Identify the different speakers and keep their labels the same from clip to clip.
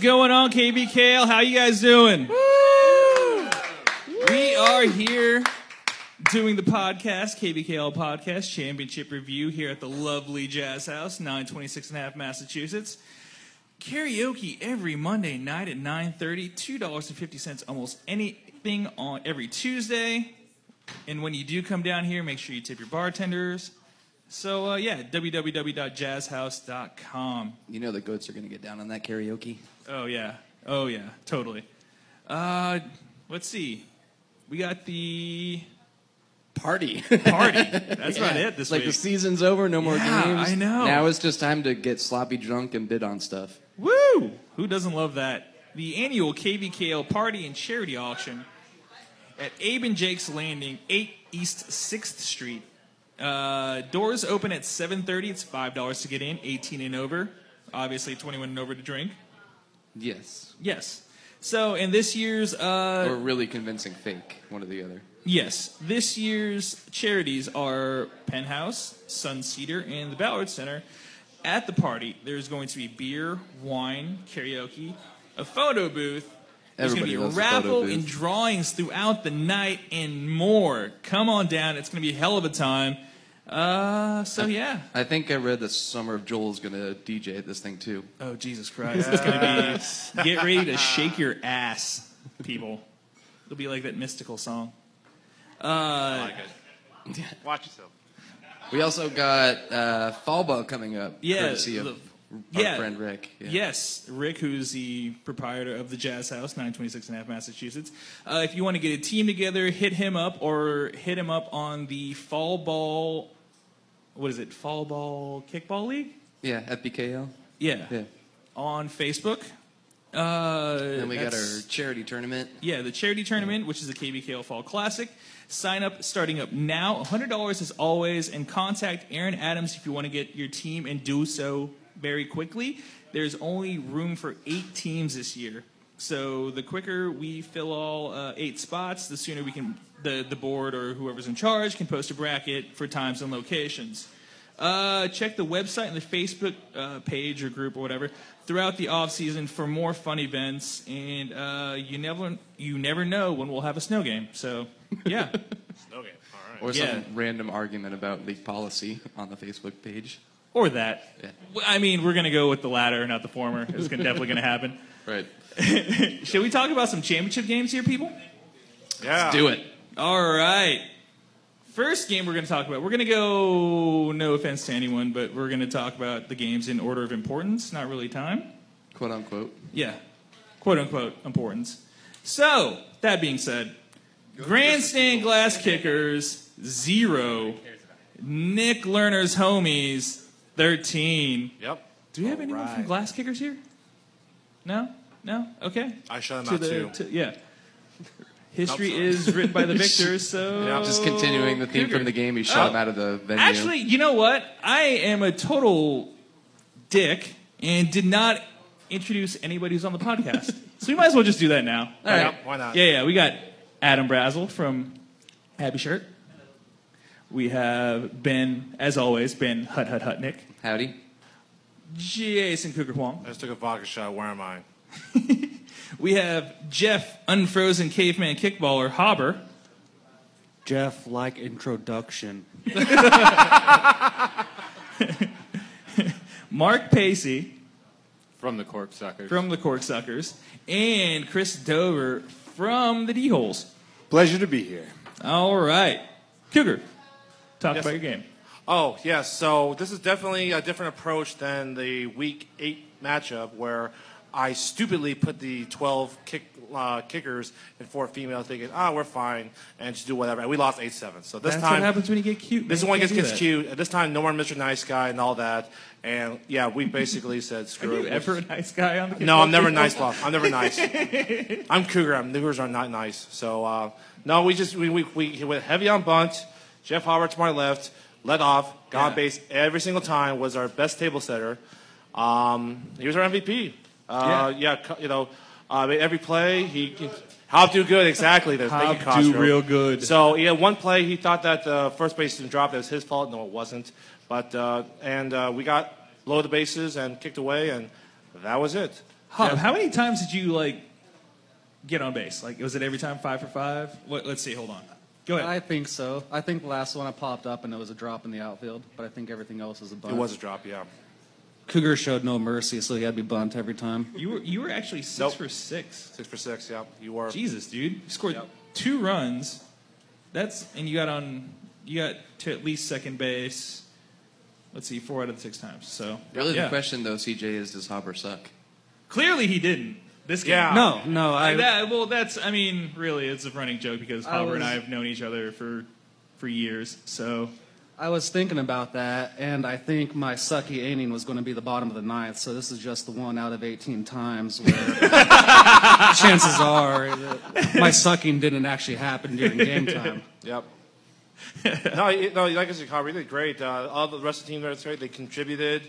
Speaker 1: going on, KBKL? How you guys doing? We are here doing the podcast, KBKL Podcast Championship Review here at the lovely Jazz House, 926 and a half Massachusetts. Karaoke every Monday night at 9.30, $2.50 almost anything on every Tuesday. And when you do come down here, make sure you tip your bartenders. So, uh, yeah, www.jazzhouse.com.
Speaker 2: You know the goats are going to get down on that karaoke.
Speaker 1: Oh yeah. Oh yeah. Totally. Uh, let's see. We got the
Speaker 2: Party.
Speaker 1: party. That's about it this
Speaker 2: like
Speaker 1: week.
Speaker 2: the season's over, no more
Speaker 1: Yeah,
Speaker 2: games.
Speaker 1: I know.
Speaker 2: Now it's just time to get sloppy drunk and bid on stuff.
Speaker 1: Woo! Who doesn't love that? The annual KVKL party and charity auction at Abe and Jake's Landing, 8 East 6th Street. Uh, doors open at 7:30. It's five dollars to get in, 18 and over. Obviously, 21 and over to drink.
Speaker 2: Yes.
Speaker 1: Yes. So, in this year's uh,
Speaker 2: Or really convincing fake, one or the other.
Speaker 1: Yes, this year's charities are Penthouse, Sun Cedar, and the Ballard Center. At the party, there's going to be beer, wine, karaoke, a photo booth. There's going to
Speaker 2: Everybody
Speaker 1: be a
Speaker 2: loves a photo
Speaker 1: raffle
Speaker 2: booth.
Speaker 1: and drawings throughout the night and more. Come on down; it's going to be a hell of a time. Uh, so yeah.
Speaker 2: I think I read that Summer of Joel is going to DJ at this thing too.
Speaker 1: Oh Jesus Christ! It's going to be get ready to shake your ass, people. It'll be like that mystical song.
Speaker 3: like it. Watch yourself.
Speaker 2: We also got uh, Fall Ball coming up.
Speaker 1: Yeah,
Speaker 2: Courtesy of
Speaker 1: the-
Speaker 2: our
Speaker 1: yeah.
Speaker 2: friend Rick. Yeah.
Speaker 1: Yes, Rick, who's the proprietor of the Jazz House, 926 and a half Massachusetts. Uh, if you want to get a team together, hit him up or hit him up on the Fall Ball, what is it, Fall Ball Kickball League?
Speaker 2: Yeah, at BKL.
Speaker 1: Yeah.
Speaker 2: Yeah.
Speaker 1: On Facebook. Uh,
Speaker 2: Then we got
Speaker 1: that's-
Speaker 2: our charity tournament.
Speaker 1: yeah, the charity tournament, which is the KBKL Fall Classic. Sign up starting up now. $100 as always, and contact Aaron Adams if you want to get your team and do so very quickly. There's only room for eight teams this year. So the quicker we fill all uh, eight spots, the sooner we can, the, the board or whoever's in charge can post a bracket for times and locations. Uh, check the website and the Facebook uh, page or group or whatever throughout the off season for more fun events. And uh, you never you never know when we'll have a snow game. So yeah,
Speaker 3: Snow game. All right.
Speaker 2: Or
Speaker 1: Yeah.
Speaker 2: some random argument about league policy on the Facebook page.
Speaker 1: or that.
Speaker 2: Yeah.
Speaker 1: W- I mean, we're gonna go with the latter, not the former. It's gonna, definitely gonna happen.
Speaker 2: Right.
Speaker 1: Should we talk about some championship games here, people?
Speaker 3: Yeah.
Speaker 2: Do it.
Speaker 1: All right. First game we're going to talk about. We're going to go. No offense to anyone, but we're going to talk about the games in order of importance, not really time.
Speaker 2: Quote unquote.
Speaker 1: Yeah. Quote unquote importance. So, that being said, grandstand glass kickers, zero. Nick Lerner's homies, 13.
Speaker 3: Yep.
Speaker 1: Do we have anyone from glass kickers here? No? No? Okay.
Speaker 3: I shut him
Speaker 1: To
Speaker 3: out
Speaker 1: the-
Speaker 3: too.
Speaker 1: to- yeah. History
Speaker 3: sorry.
Speaker 1: is written by the victors, so.
Speaker 3: Yeah.
Speaker 2: Just continuing the theme
Speaker 1: Cougar.
Speaker 2: from the game, he shot
Speaker 1: Oh.
Speaker 2: him out of the venue.
Speaker 1: Actually, you know what? I am a total dick and did not introduce anybody who's on the podcast. so we might as well just do that now.
Speaker 2: All right.
Speaker 3: Yep, Why not?
Speaker 1: Yeah, yeah. We got Adam Brazel from Happy Shirt. We have Ben, as always, Ben Hut Hut Hutnick.
Speaker 2: Howdy.
Speaker 1: Jason Cougar Huang.
Speaker 3: I just took a vodka shot. Where am I?
Speaker 1: We have Jeff Unfrozen Caveman Kickballer Hobber.
Speaker 4: Jeff, like introduction.
Speaker 1: Mark Pacey
Speaker 5: From the Corpse Suckers.
Speaker 1: from the Corksuckers. And Chris Dover from the D Holes.
Speaker 5: Pleasure to be here.
Speaker 1: All right. Cougar, talk
Speaker 3: Yes.
Speaker 1: about your game.
Speaker 3: Oh, yes. So this is definitely a different approach than the week eight matchup where I stupidly put the 12 kick, uh, kickers and four females thinking, ah, we're fine, and just do whatever. And we lost 8 7. So this
Speaker 1: That's what
Speaker 3: time.
Speaker 1: happens when you get cute.
Speaker 3: This
Speaker 1: man.
Speaker 3: one
Speaker 1: You
Speaker 3: gets,
Speaker 1: can't do that.
Speaker 3: gets cute. At This time, no more Mr. Nice Guy and all that. And yeah, we basically said,
Speaker 1: Are
Speaker 3: screw it.
Speaker 1: you
Speaker 3: We'll
Speaker 1: ever a nice guy on the
Speaker 3: no, I'm never nice, Bob. I'm never nice. I'm Cougar. I'm, Cougars are not nice. So uh, no, we just we, we we went heavy on bunt. Jeff Howard to my left, let off, got on
Speaker 1: Yeah.
Speaker 3: base every single time. Was our best table setter. Um, he was our MVP. Uh, yeah. cu- you know, uh, made every play he. he Hop do good, exactly. There. Thank you,
Speaker 1: Hop do
Speaker 3: Costco.
Speaker 1: real good.
Speaker 3: So yeah, one play he thought that the first baseman dropped. That was his fault. No, it wasn't. But uh, and uh, we got low the bases and kicked away, and that was it.
Speaker 1: Jeff, how many times did you like get on base? Like, was it every time five for five? What, let's see. Hold on. Go ahead.
Speaker 6: I think so. I think the last one I popped up and it was a drop in the outfield, but I think everything else is a bunt.
Speaker 3: It was a drop, yeah.
Speaker 6: Cougar showed no mercy, so he had to be bunt every time.
Speaker 1: you were you were actually six
Speaker 3: Nope.
Speaker 1: for six.
Speaker 3: Six for six, yeah. You were.
Speaker 1: Jesus, dude, you scored
Speaker 3: Yep.
Speaker 1: two runs. That's and you got on. You got to at least second base. Let's see, four out of the six times. So
Speaker 2: Really,
Speaker 1: yeah.
Speaker 2: the question though, CJ, is does Hopper suck?
Speaker 1: Clearly, he didn't. This game.
Speaker 3: Yeah.
Speaker 6: Oh. No, no, I,
Speaker 1: Like that, well, that's. I mean, really, it's a running joke because
Speaker 6: I
Speaker 1: Hopper and
Speaker 6: was-
Speaker 1: I have known each other for for years. So
Speaker 6: I was thinking about that, and I think my sucky inning was going to be the bottom of the ninth. So this is just the one out of 18 times where chances are that my sucking didn't actually happen during game time.
Speaker 3: Yep. no, you- no, like I said, Cobb, really great. Uh, all the rest of the team there, it's great. They contributed.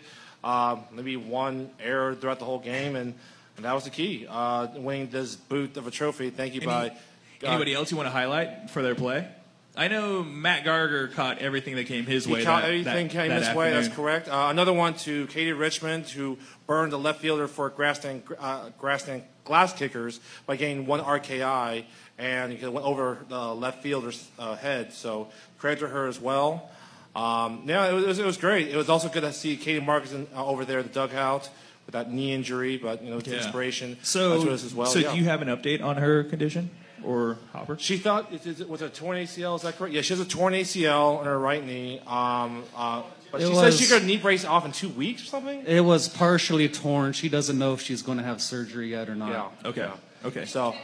Speaker 3: Uh, maybe one error throughout the whole game, and, and that was the key. Uh, winning this boot of a trophy. Thank you, Uh,
Speaker 1: Any-
Speaker 3: by God.
Speaker 1: Anybody else you want to highlight for their play? I know Matt Garger caught everything that came his
Speaker 3: He
Speaker 1: way.
Speaker 3: caught
Speaker 1: that-
Speaker 3: everything
Speaker 1: that-
Speaker 3: came
Speaker 1: that
Speaker 3: his way. That's
Speaker 1: afternoon.
Speaker 3: correct. Uh, another one to Katie Richmond, who burned the left fielder for Graston, uh, Graston glass kickers by getting one RKI, and it went over the left fielder's uh, head. So credit to her as well. Um, yeah, it was, it was great. It was also good to see Katie Marcus in, uh, over there in the dugout with that knee injury, but you know, it's
Speaker 1: Yeah.
Speaker 3: inspiration.
Speaker 1: So,
Speaker 3: uh, to us as well.
Speaker 1: so
Speaker 3: yeah.
Speaker 1: do you have an update on her condition or Hopper?
Speaker 3: She thought it, it was a torn ACL. Is that correct? Yeah, she has a torn ACL in her right knee. Um, uh, but
Speaker 6: It
Speaker 3: she
Speaker 6: was-
Speaker 3: says she got a knee brace off in two weeks or something.
Speaker 6: It was partially torn. She doesn't know if she's going to have surgery yet or not.
Speaker 3: Yeah.
Speaker 1: Okay.
Speaker 3: yeah.
Speaker 1: Okay.
Speaker 3: So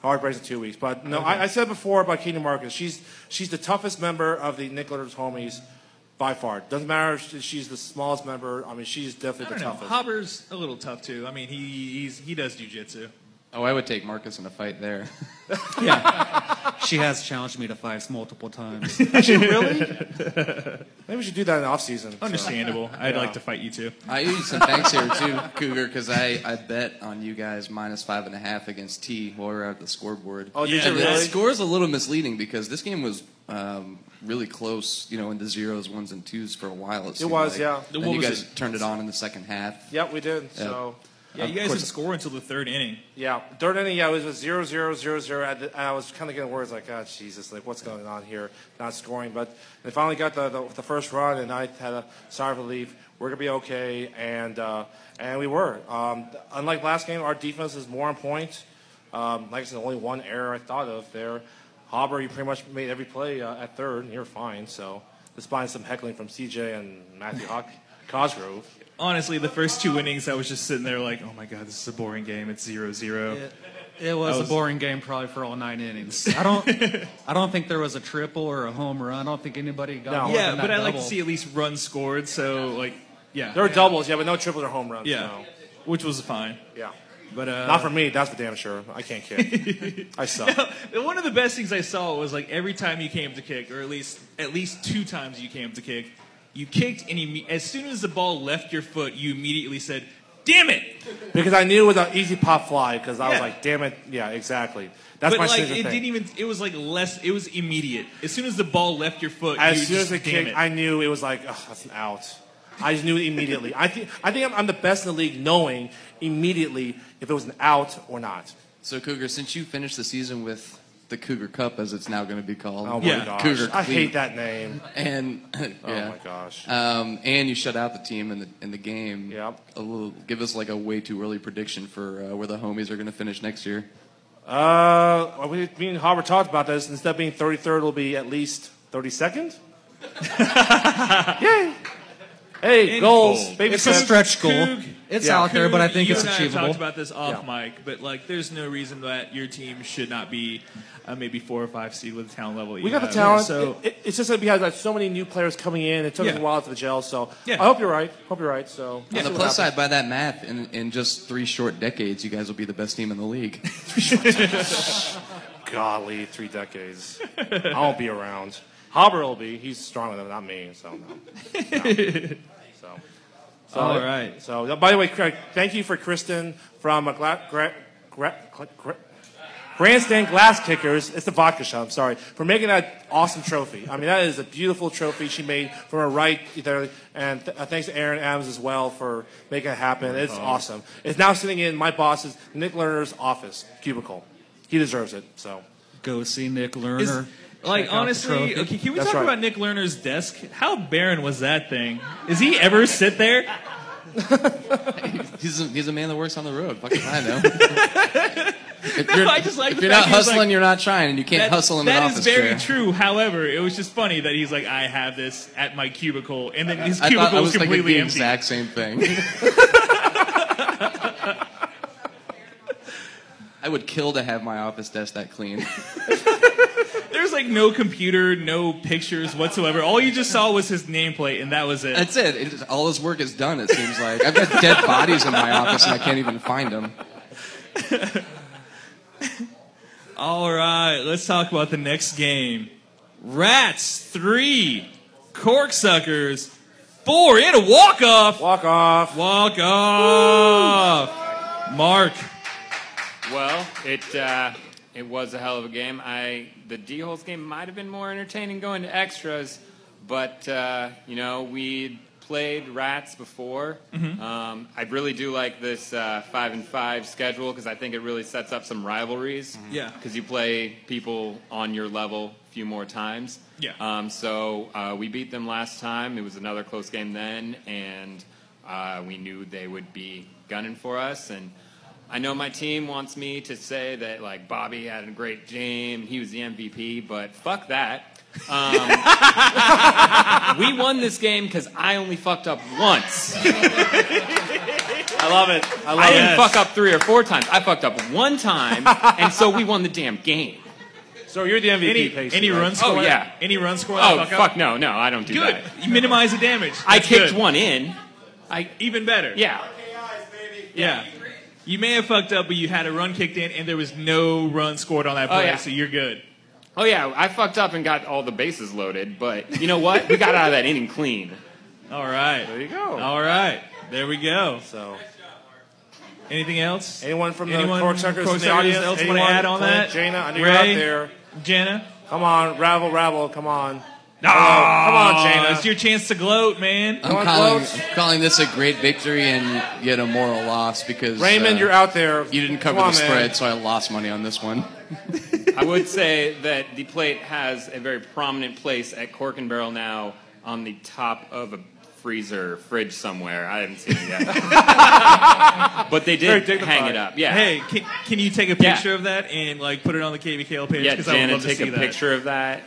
Speaker 3: hard brace in two weeks. But no, I, I said before about Katie Marcus. She's she's the toughest member of the Nicholas homies by far. Doesn't matter. if she's the smallest member. I mean, she's
Speaker 1: I don't
Speaker 3: definitely the
Speaker 1: know.
Speaker 3: toughest.
Speaker 1: Hopper's a little tough too. I mean, he he's, he does jujitsu.
Speaker 2: Oh, I would take Marcus in a fight there.
Speaker 6: She has challenged me to fights multiple times.
Speaker 3: Maybe we should do that in the off season.
Speaker 1: Understandable. I'd like to fight you too.
Speaker 2: I owe you some thanks here too, Cougar, because I, I bet on you guys minus five and a half against T while we we're at the scoreboard.
Speaker 3: Oh, did
Speaker 1: Yeah,
Speaker 3: you
Speaker 2: And the
Speaker 3: really?
Speaker 2: score is a little misleading because this game was um, really close, you know, in the zeros, ones, and twos for a while. It, seemed
Speaker 3: was,
Speaker 2: like.
Speaker 3: yeah.
Speaker 2: Then
Speaker 1: What
Speaker 2: you
Speaker 1: was
Speaker 2: guys
Speaker 1: it?
Speaker 2: turned it on in the second half.
Speaker 3: Yep, we did. So.
Speaker 1: Yeah, you guys didn't score until the third inning.
Speaker 3: Yeah, during inning, yeah, it was a zero zero zero zero. I, did- I was kind of getting words like, "God, Jesus, like what's going on here? Not scoring." But they finally got the, the, the first run, and I had a sigh of relief. We're gonna be okay, and uh, and we were. Um, unlike last game, our defense is more on point. Um, like I said, only one error I thought of there. Hauber, you pretty much made every play uh, at third, and you're fine. So, despite some heckling from CJ and Matthew Hawk Cosgrove.
Speaker 1: Honestly, the first two innings, I was just sitting there like, oh my god, this is a boring game. It's zero zero.
Speaker 6: It, it was,
Speaker 1: was-
Speaker 6: a boring game, probably for all nine innings. I don't, I don't think there was a triple or a home run. I don't think anybody got.
Speaker 3: No.
Speaker 6: more
Speaker 1: Yeah,
Speaker 6: than
Speaker 1: but
Speaker 6: that
Speaker 1: I like to
Speaker 6: double.
Speaker 1: see at least runs scored. So like, yeah,
Speaker 3: There were doubles, yeah, but no triples or home runs.
Speaker 1: yeah,
Speaker 3: no.
Speaker 1: which was fine.
Speaker 3: yeah.
Speaker 1: But uh,
Speaker 3: Not for me, that's for damn sure. I can't kick. I suck.
Speaker 1: One of the best things I saw was like every time you came to kick, or at least at least two times you came to kick, you kicked and you, as soon as the ball left your foot, you immediately said, "Damn it!"
Speaker 3: Because I knew it was an easy pop fly because I was
Speaker 1: Yeah.
Speaker 3: like, damn it. Yeah, exactly. That's
Speaker 1: but
Speaker 3: my
Speaker 1: like it
Speaker 3: signature thing.
Speaker 1: didn't even. It was like less. It was immediate. As soon as the ball left your foot, you
Speaker 3: as soon
Speaker 1: just,
Speaker 3: as it
Speaker 1: "Damn
Speaker 3: kicked,
Speaker 1: it."
Speaker 3: I knew it was like, oh, that's an out. I just knew it immediately. I think I think I'm, I'm the best in the league knowing immediately if it was an out or not.
Speaker 2: So, Cougar, since you finished the season with the Cougar Cup, as it's now going to be called,
Speaker 3: Oh my
Speaker 1: Yeah.
Speaker 3: gosh.
Speaker 2: Cougar
Speaker 3: I hate
Speaker 2: Cleat.
Speaker 3: that name.
Speaker 2: and
Speaker 3: Oh
Speaker 2: yeah.
Speaker 3: my gosh.
Speaker 2: Um, and you shut out the team in the in the game.
Speaker 3: Yep.
Speaker 2: A little, give us like a way too early prediction for uh, where the homies are going to finish next year.
Speaker 3: Uh, we, me and Howard talked about this. Instead of being 33rd, it'll be at least 32nd. Yay! Hey,
Speaker 1: In
Speaker 3: goals,
Speaker 1: gold.
Speaker 3: baby
Speaker 6: It's a
Speaker 3: steps.
Speaker 6: stretch goal.
Speaker 1: Coog-
Speaker 6: It's
Speaker 3: Yeah.
Speaker 6: out there, but I
Speaker 1: Coog,
Speaker 6: think
Speaker 1: you
Speaker 6: it's
Speaker 1: and I have
Speaker 6: achievable.
Speaker 1: talked about this off
Speaker 3: Yeah.
Speaker 1: mic, but like, there's no reason that your team should not be uh, maybe four or five seed with the talent level. that you
Speaker 3: We got the
Speaker 1: have.
Speaker 3: talent.
Speaker 1: Um, So
Speaker 3: It- it- it's just that we had like, so many new players coming in. It took us
Speaker 1: Yeah.
Speaker 3: a while for the gel. So
Speaker 1: Yeah.
Speaker 3: I hope you're right. Hope you're right. So
Speaker 2: On the plus side, by that math, in, in just three short decades, you guys will be the best team in the league.
Speaker 3: golly, three decades. I won't be around. Hauber will be. He's stronger than not me. So no. No. So. So,
Speaker 1: All right.
Speaker 3: So by the way, Craig, thank you for Kristen from a gla- gra- gra- gra- Grandstand Glass Kickers, it's the vodka shop, I'm sorry, for making that awesome trophy. I mean, that is a beautiful trophy she made from her right there. And th- uh, thanks to Aaron Adams as well for making it happen. It's awesome. It's now sitting in my boss's, Nick Lerner's office, cubicle. He deserves it, so.
Speaker 6: Go see Nick Lerner.
Speaker 1: Is- like
Speaker 6: Check out the
Speaker 1: honestly,
Speaker 6: trophy.
Speaker 1: okay, can we
Speaker 3: That's
Speaker 1: talk
Speaker 3: right.
Speaker 1: about Nick Lerner's desk? How barren was that thing? Does he ever sit there?
Speaker 2: He's a, he's a man that works on the road. Fuck if I know. if you're,
Speaker 1: I just like
Speaker 2: if
Speaker 1: the
Speaker 2: you're
Speaker 1: fact
Speaker 2: not
Speaker 1: he was
Speaker 2: hustling,
Speaker 1: like-
Speaker 2: you're not trying, and you can't
Speaker 1: That-
Speaker 2: hustle in an
Speaker 1: that
Speaker 2: office
Speaker 1: is very
Speaker 2: chair.
Speaker 1: true. However, it was just funny that he's like, I have this at my cubicle, and then his
Speaker 2: I
Speaker 1: cubicle
Speaker 2: thought I
Speaker 1: was
Speaker 2: was thinking the
Speaker 1: completely empty.
Speaker 2: exact same thing. I would kill to have my office desk that clean.
Speaker 1: There's like no computer, no pictures whatsoever. All you just saw was his nameplate, and that was it.
Speaker 2: That's it. It is- all his work is done. It seems like I've got dead bodies in my office and I can't even find them.
Speaker 1: All right, let's talk about the next game. Rats three, corksuckers four in a walk off.
Speaker 3: Walk off.
Speaker 1: Walk off. Mark,
Speaker 5: Well, it uh, it was a hell of a game. I the D holes game might have been more entertaining going to extras, but uh, you know we played rats before. Um, I really do like this uh, five and five schedule because I think it really sets up some rivalries.
Speaker 1: Yeah.
Speaker 5: because you play people on your level a few more times.
Speaker 1: Yeah.
Speaker 5: Um, so uh, we beat them last time. It was another close game then, and uh, we knew they would be gunning for us. And I know my team wants me to say that like Bobby had a great game, he was the MVP, but fuck that. Um, we won this game because I only fucked up once.
Speaker 3: I love it. I love
Speaker 5: I
Speaker 3: it.
Speaker 5: didn't fuck up three or four times. I fucked up one time, and so we won the damn game.
Speaker 3: So you're the MVP,
Speaker 1: any
Speaker 3: Pacey,
Speaker 1: any
Speaker 3: right?
Speaker 1: run score?
Speaker 5: yeah.
Speaker 1: any run score?
Speaker 5: Oh
Speaker 1: fuck,
Speaker 5: fuck,
Speaker 1: up?
Speaker 5: no, no, I don't do
Speaker 1: Good.
Speaker 5: that.
Speaker 1: You minimize the damage.
Speaker 5: I
Speaker 1: That's
Speaker 5: kicked
Speaker 1: good.
Speaker 5: one in. I
Speaker 1: Even better.
Speaker 5: yeah.
Speaker 1: Yeah. You may have fucked up, but you had a run kicked in, and there was no run scored on that
Speaker 5: Oh,
Speaker 1: play,
Speaker 5: yeah.
Speaker 1: so you're good.
Speaker 5: Oh yeah, I fucked up and got all the bases loaded, but you know what? We got out of that inning clean.
Speaker 1: All right.
Speaker 3: There you go.
Speaker 1: All right. There we go.
Speaker 3: So,
Speaker 1: Anything else?
Speaker 3: anyone from the
Speaker 1: Anyone
Speaker 3: Corksuckers in
Speaker 1: Corksuckers
Speaker 3: the audience?
Speaker 1: else
Speaker 3: anyone?
Speaker 1: want to add on
Speaker 3: Clint,
Speaker 1: that?
Speaker 3: Jaina, I know
Speaker 1: Ray,
Speaker 3: you're out there.
Speaker 1: Jenna?
Speaker 3: Come on, rabble, rabble, come on.
Speaker 1: No.
Speaker 3: come on, Jaina.
Speaker 1: It's your chance to gloat, man.
Speaker 2: I'm
Speaker 3: on,
Speaker 2: calling,
Speaker 3: folks.
Speaker 2: I'm calling this a great victory and yet a moral loss because
Speaker 3: Raymond,
Speaker 2: uh,
Speaker 3: you're out there.
Speaker 2: You didn't cover
Speaker 3: Come on,
Speaker 2: the spread,
Speaker 3: man.
Speaker 2: so I lost money on this one.
Speaker 5: I would say that the plate has a very prominent place at Cork and Barrel now on the top of a freezer fridge somewhere. I haven't seen it yet. but they
Speaker 3: Very
Speaker 5: did
Speaker 3: dignified.
Speaker 5: hang it up. Yeah.
Speaker 1: Hey, can, can you take a
Speaker 5: Yeah.
Speaker 1: picture of that and like put it on the KBKL page?
Speaker 5: yeah,
Speaker 1: Because I would
Speaker 5: Janet,
Speaker 1: love
Speaker 5: take
Speaker 1: to see
Speaker 5: a
Speaker 1: that.
Speaker 5: picture of that.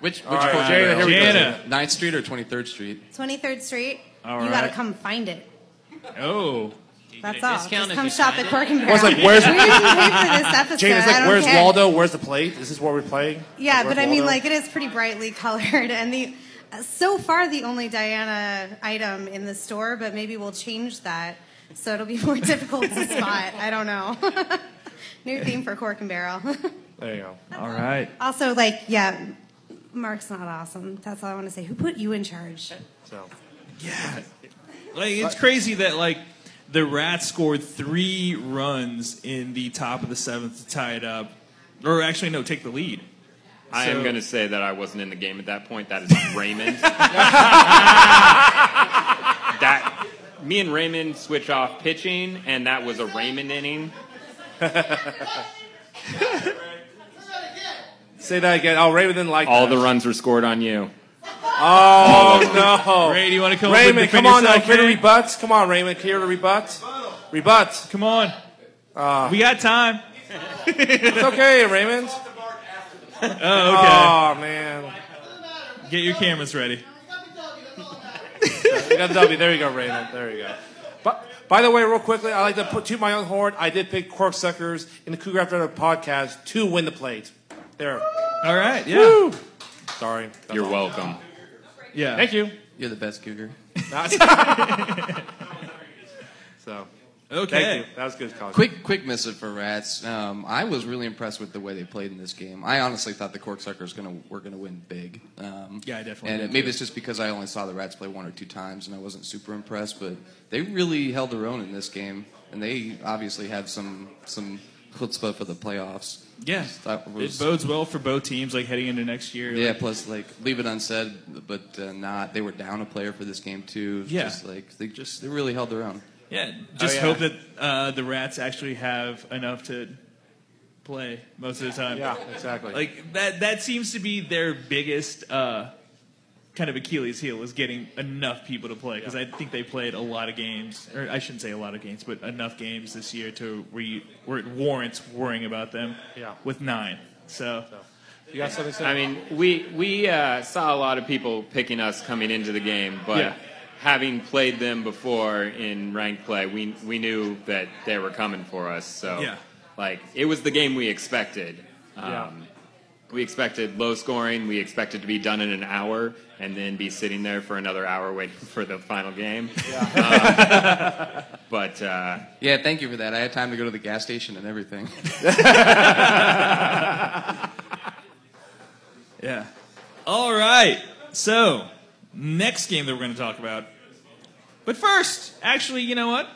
Speaker 2: Which which
Speaker 3: All right,
Speaker 2: Cork and
Speaker 3: Jana,
Speaker 2: Barrel?
Speaker 3: here we
Speaker 1: go. Jana.
Speaker 2: 9th Street or 23rd Street?
Speaker 7: 23rd Street.
Speaker 1: All
Speaker 7: you gotta
Speaker 1: right.
Speaker 7: come find it.
Speaker 1: Oh.
Speaker 7: That's all. Just
Speaker 8: discount if
Speaker 7: come
Speaker 8: you
Speaker 7: shop
Speaker 8: find
Speaker 7: at
Speaker 8: it?
Speaker 7: Cork and Barrel.
Speaker 3: Where's like, where's
Speaker 7: we didn't pay for this episode.
Speaker 3: Jana's
Speaker 7: I
Speaker 3: like,
Speaker 7: don't
Speaker 3: where's
Speaker 7: care.
Speaker 3: Waldo? Where's the plate? Is this where we're playing?
Speaker 7: Yeah,
Speaker 3: Where's
Speaker 7: but I mean,
Speaker 3: Waldo?
Speaker 7: like, it is pretty brightly colored, and the so far the only Diana item in the store. But maybe we'll change that so it'll be more difficult to spot. I don't know. New theme for Cork and Barrel.
Speaker 3: There you go.
Speaker 1: All right.
Speaker 7: also, like, yeah, Mark's not awesome. That's all I want to say. Who put you in charge?
Speaker 3: So,
Speaker 1: Like it's crazy that like the Rats scored three runs in the top of the seventh to tie it up, or actually no, take the lead.
Speaker 5: I
Speaker 1: So-
Speaker 5: am going to say that I wasn't in the game at that point. That is Raymond. that me and Raymond switch off pitching, and that was a Raymond inning.
Speaker 3: say that again. Oh, Raymond didn't like
Speaker 5: All
Speaker 3: that.
Speaker 5: the runs were scored on you.
Speaker 3: Oh, no.
Speaker 1: Ray, do you want to come up
Speaker 3: Raymond,
Speaker 1: with
Speaker 3: come on now.
Speaker 1: yourself,
Speaker 3: Here to
Speaker 1: Ray?
Speaker 3: rebut. Come on, Raymond. Here to rebut. Rebut.
Speaker 1: Come on. we got time.
Speaker 3: It's okay, Raymond.
Speaker 1: Oh, okay.
Speaker 3: Oh, man.
Speaker 1: Get your cameras ready.
Speaker 3: We got the W. There you go, Raymond. There you go. But, by the way, real quickly, I like to put to my own horn. I did pick Corksuckers in the Cougar After Dark podcast to win the plate. There.
Speaker 1: All right. Yeah.
Speaker 3: Sorry. That's
Speaker 5: You're
Speaker 3: all.
Speaker 5: welcome.
Speaker 1: Yeah.
Speaker 3: Thank you.
Speaker 2: You're the best cougar.
Speaker 3: So,
Speaker 1: Okay.
Speaker 3: thank you. That was good. College.
Speaker 2: Quick, quick missive for Rats. Um, I was really impressed with the way they played in this game. I honestly thought the Corksuckers gonna were gonna win big. Um,
Speaker 1: Yeah, I definitely
Speaker 2: And
Speaker 1: did,
Speaker 2: it, maybe it's just because I only saw the Rats play one or two times, and I wasn't super impressed. But they really held their own in this game, and they obviously had some some chutzpah for the playoffs.
Speaker 1: Yeah,
Speaker 2: That was-
Speaker 1: it bodes well for both teams, like heading into next year.
Speaker 2: Yeah,
Speaker 1: Like,
Speaker 2: plus like leave it unsaid, but uh, not they were down a player for this game too.
Speaker 1: Yeah.
Speaker 2: just like they
Speaker 1: Just-
Speaker 2: just they really held their own.
Speaker 1: yeah. Just
Speaker 5: yeah.
Speaker 1: hope that uh, the Rats actually have enough to play most of the time.
Speaker 3: Yeah, exactly.
Speaker 1: Like that that seems to be their biggest uh, kind of Achilles heel is getting enough people to play because I think they played a lot of games or I shouldn't say a lot of games but enough games this year to re, where it warrants worrying about them
Speaker 3: Yeah.
Speaker 1: with 9. So
Speaker 3: you got something to say?
Speaker 5: I mean, we we uh, saw a lot of people picking us coming into the game, but
Speaker 1: Yeah.
Speaker 5: having played them before in ranked play, we we knew that they were coming for us. So,
Speaker 1: Yeah.
Speaker 5: like, it was the game we expected. Um,
Speaker 3: Yeah.
Speaker 5: We expected low scoring. We expected to be done in an hour and then be sitting there for another hour waiting for the final game. Um, but uh,
Speaker 2: Yeah, thank you for that. I had time to go to the gas station and everything.
Speaker 1: Yeah. All right. So, next game that we're going to talk about. But first, actually, you know what?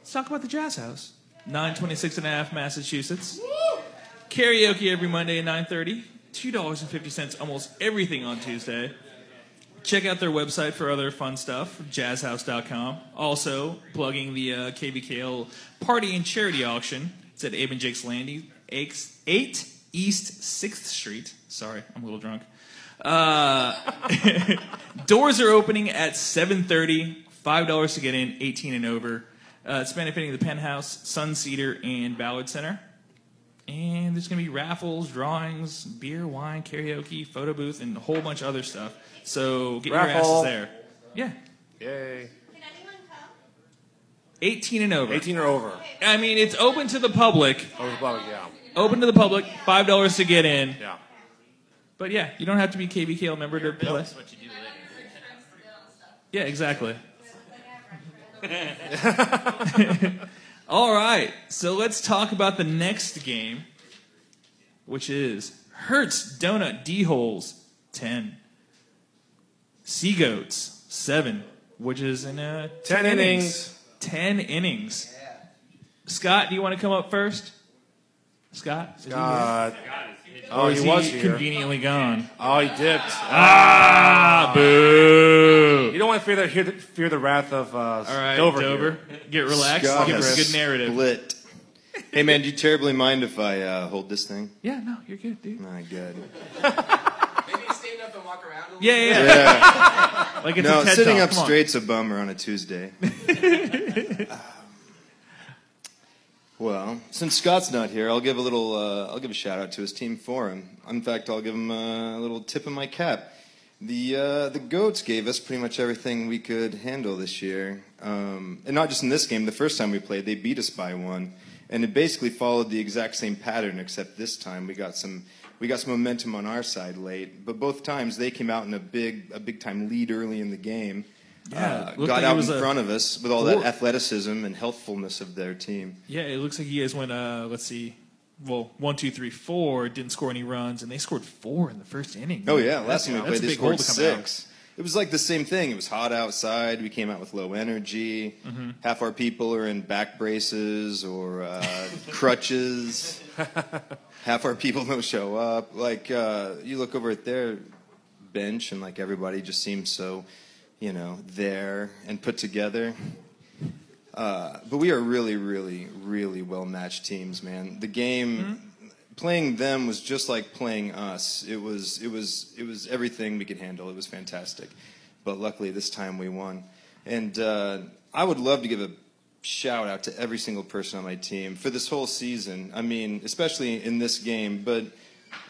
Speaker 1: Let's talk about the Jazz House. 926 and a half Massachusetts. Karaoke every Monday at 9:30. $2.50 almost everything on Tuesday. Check out their website for other fun stuff, jazzhouse.com. Also, plugging the uh, KBKL party and charity auction. It's at Abe and Jake's Landing, 8 East 6th Street. Sorry, I'm a little drunk. Uh, doors are opening at 7.30, $5 to get in, 18 and over. Uh, it's benefiting the Penthouse, Sun Cedar, and Ballard Center. And there's going to be raffles, drawings, beer, wine, karaoke, photo booth, and a whole bunch of other stuff. So get
Speaker 3: Raffle.
Speaker 1: your asses there. Yeah.
Speaker 3: Yay.
Speaker 1: 18 and over.
Speaker 3: 18 or over.
Speaker 1: I mean, it's open to the public.
Speaker 3: Over the public, yeah.
Speaker 1: Open to the public. $5 to get in.
Speaker 3: Yeah.
Speaker 1: But yeah, you don't have to be KBKL member to play. Yeah, exactly. All right, so let's talk about the next game, which is Hertz Donut D Holes 10, Sea Goats 7, which is in uh,
Speaker 3: 10 innings.
Speaker 1: 10 innings. Scott, do you want to come up first? Scott? Is he here?
Speaker 3: Uh,
Speaker 1: Or
Speaker 3: oh,
Speaker 1: is
Speaker 3: he was here.
Speaker 1: conveniently gone.
Speaker 3: Oh, he dipped.
Speaker 1: Ah, boo.
Speaker 3: You don't want to fear the, hear the, fear the wrath of uh,
Speaker 1: All right,
Speaker 3: Dover.
Speaker 1: Dover.
Speaker 3: here.
Speaker 1: Get relaxed.
Speaker 8: Scott
Speaker 1: Give us a
Speaker 8: has
Speaker 1: good narrative.
Speaker 8: Split. Hey man, do you terribly mind if I uh, hold this thing?
Speaker 1: Yeah, no, you're good, dude.
Speaker 8: My God.
Speaker 2: Maybe stand up and walk around. A
Speaker 1: Yeah, yeah. yeah.
Speaker 8: Yeah.
Speaker 1: Like it's a
Speaker 8: no,
Speaker 1: TED
Speaker 8: sitting
Speaker 1: talk.
Speaker 8: up
Speaker 1: Come on.
Speaker 8: straight's a bummer on a Tuesday. Um, Well, since Scott's not here, I'll give a little. Uh, I'll give a shout out to his team for him. In fact, I'll give him a little tip in my cap. The uh, the goats gave us pretty much everything we could handle this year, um, and not just in this game. The first time we played, they beat us by one, and it basically followed the exact same pattern, except this time we got some we got some momentum on our side late. But both times they came out in a big a big time lead early in the game.
Speaker 1: Yeah,
Speaker 8: uh,
Speaker 1: looked like
Speaker 8: got
Speaker 1: it
Speaker 8: out in
Speaker 1: was a
Speaker 8: front of us with all
Speaker 1: four-
Speaker 8: that athleticism and healthfulness of their team.
Speaker 1: Yeah, it looks like you guys went. Uh, let's see. Well, one, two, three, four. Didn't score any runs, and they scored four in the first inning.
Speaker 8: Oh yeah, last time we
Speaker 1: that's
Speaker 8: played,
Speaker 1: a
Speaker 8: they
Speaker 1: big goal
Speaker 8: scored
Speaker 1: to come out.
Speaker 8: six. It was like the same thing. It was hot outside. We came out with low energy.
Speaker 1: Mm-hmm.
Speaker 8: Half our people are in back braces or uh, crutches. Half our people don't show up. Like uh, you look over at their bench, and like everybody just seems so, you know, there and put together. Uh, but we are really, really, really well matched teams, man. The game,
Speaker 1: Mm-hmm.
Speaker 8: playing them was just like playing us. It was, it was, it was everything we could handle. It was fantastic. But luckily, this time we won. And uh, I would love to give a shout out to every single person on my team for this whole season. I mean, especially in this game, but.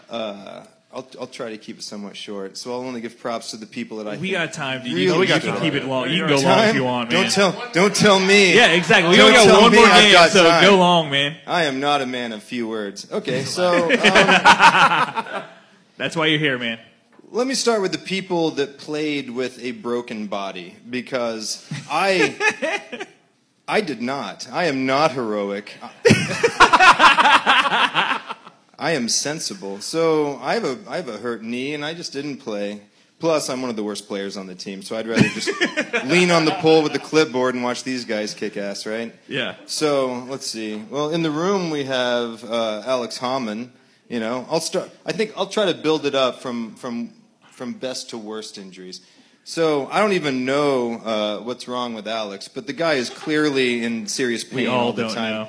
Speaker 8: Uh, I'll, I'll try to keep it somewhat short, so I'll only give props to the people that I
Speaker 1: We
Speaker 8: think
Speaker 1: got time. Dude.
Speaker 8: Really
Speaker 1: you
Speaker 8: we
Speaker 1: can,
Speaker 8: got
Speaker 1: you can
Speaker 8: time.
Speaker 1: keep it long. You can
Speaker 3: You're
Speaker 1: go
Speaker 3: on
Speaker 1: long if
Speaker 8: Time?
Speaker 1: you want, man.
Speaker 8: Don't tell, don't tell me.
Speaker 1: yeah, exactly. We
Speaker 8: Don't
Speaker 1: only got
Speaker 8: tell
Speaker 1: one
Speaker 8: me
Speaker 1: more
Speaker 8: I've
Speaker 1: game,
Speaker 8: got
Speaker 1: so
Speaker 8: time.
Speaker 1: go long, man.
Speaker 8: I am not a man of few words. Okay, so um,
Speaker 1: That's why you're here, man.
Speaker 8: let me start with the people that played with a broken body because I, I did not. I am not heroic. I am sensible. So I have a I have a hurt knee, and I just didn't play. Plus, I'm one of the worst players on the team, so I'd rather just lean on the pole with the clipboard and watch these guys kick ass, right?
Speaker 1: Yeah.
Speaker 8: So let's see. Well, in the room we have uh, Alex Hammond. You know, I'll start. I think I'll try to build it up from from from best to worst injuries. So I don't even know uh, what's wrong with Alex, but the guy is clearly in serious pain
Speaker 1: We all
Speaker 8: the
Speaker 1: don't
Speaker 8: time.
Speaker 1: know.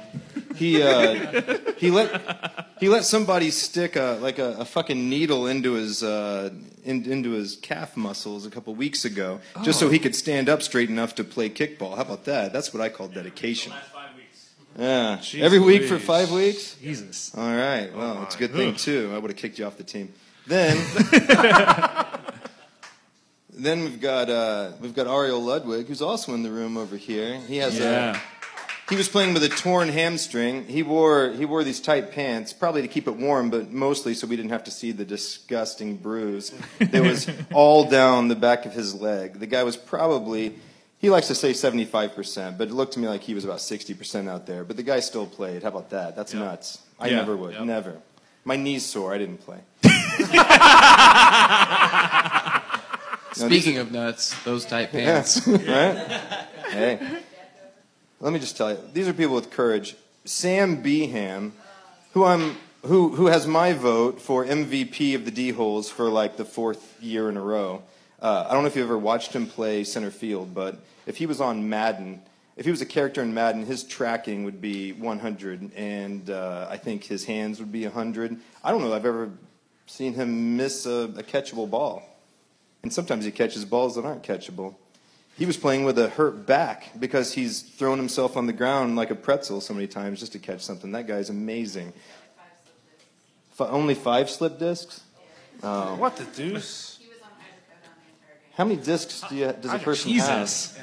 Speaker 8: He uh, he let he let somebody stick a like a, a fucking needle into his uh, in, into his calf muscles a couple weeks ago, just
Speaker 1: Oh.
Speaker 8: so he could stand up straight enough to play kickball. How about that? That's what I call dedication. Yeah, every week for five weeks.
Speaker 6: Jesus.
Speaker 8: All right. Well, it's a good thing too. I would have kicked you off the team. Then, then we've got uh, we've got Ariel Ludwig, who's also in the room over here. He has
Speaker 1: Yeah.
Speaker 8: a he was playing with a torn hamstring. He wore he wore these tight pants, probably to keep it warm, but mostly so we didn't have to see the disgusting bruise that was all down the back of his leg. The guy was probably. He likes to say 75%, but it looked to me like he was about 60% out there. But the guy still played. How about that? That's nuts. I
Speaker 1: Yeah.
Speaker 8: never would. Never. My knee's sore. I didn't play. No, these-
Speaker 2: Speaking of nuts, those tight pants.
Speaker 8: Yes. right? Hey. Let me just tell you, these are people with courage. Sam Beeham, who I'm who who has my vote for MVP of the D holes for like the fourth year in a row. Uh, I don't know if you ever watched him play center field, but if he was on Madden, if he was a character in Madden, his tracking would be 100, and uh, I think his hands would be 100. I don't know if I've ever seen him miss a, a catchable ball. And sometimes he catches balls that aren't catchable. He was playing with a hurt back because he's thrown himself on the ground like a pretzel so many times just to catch something. That guy's amazing. F- only five slip discs?
Speaker 3: What the deuce?
Speaker 8: How many discs do you,
Speaker 2: Ah,
Speaker 8: does a person have?
Speaker 9: Yeah,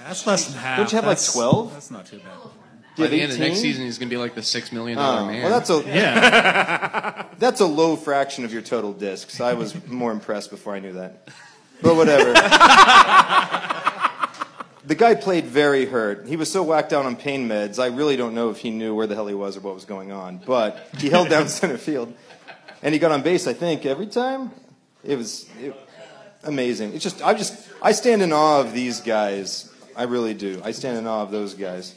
Speaker 9: that's less than half.
Speaker 8: Don't you have like
Speaker 9: That's-
Speaker 8: 12?
Speaker 9: That's not too bad.
Speaker 8: Do you
Speaker 2: By
Speaker 8: have
Speaker 2: the end of
Speaker 8: 18?
Speaker 2: next season, he's going to be like the six million dollar
Speaker 8: Oh,
Speaker 2: man.
Speaker 8: well, that's a
Speaker 9: Yeah.
Speaker 8: that's a low fraction of your total discs. I was more impressed before I knew that. But whatever. the guy played very hurt. He was so whacked out on pain meds, I really don't know if he knew where the hell he was or what was going on. But he held down center field. And he got on base, I think, every time. It was it, amazing. It's just, I just, I stand in awe of these guys. I really do. I stand in awe of those guys.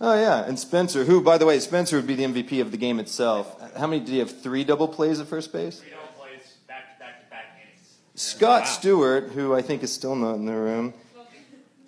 Speaker 8: Oh yeah, and Spencer, who by the way, Spencer would be the MVP of the game itself. How many did he have? Three double plays at first base. Three double plays, back to back to back innings. Scott Stewart, who I think is still not in the room,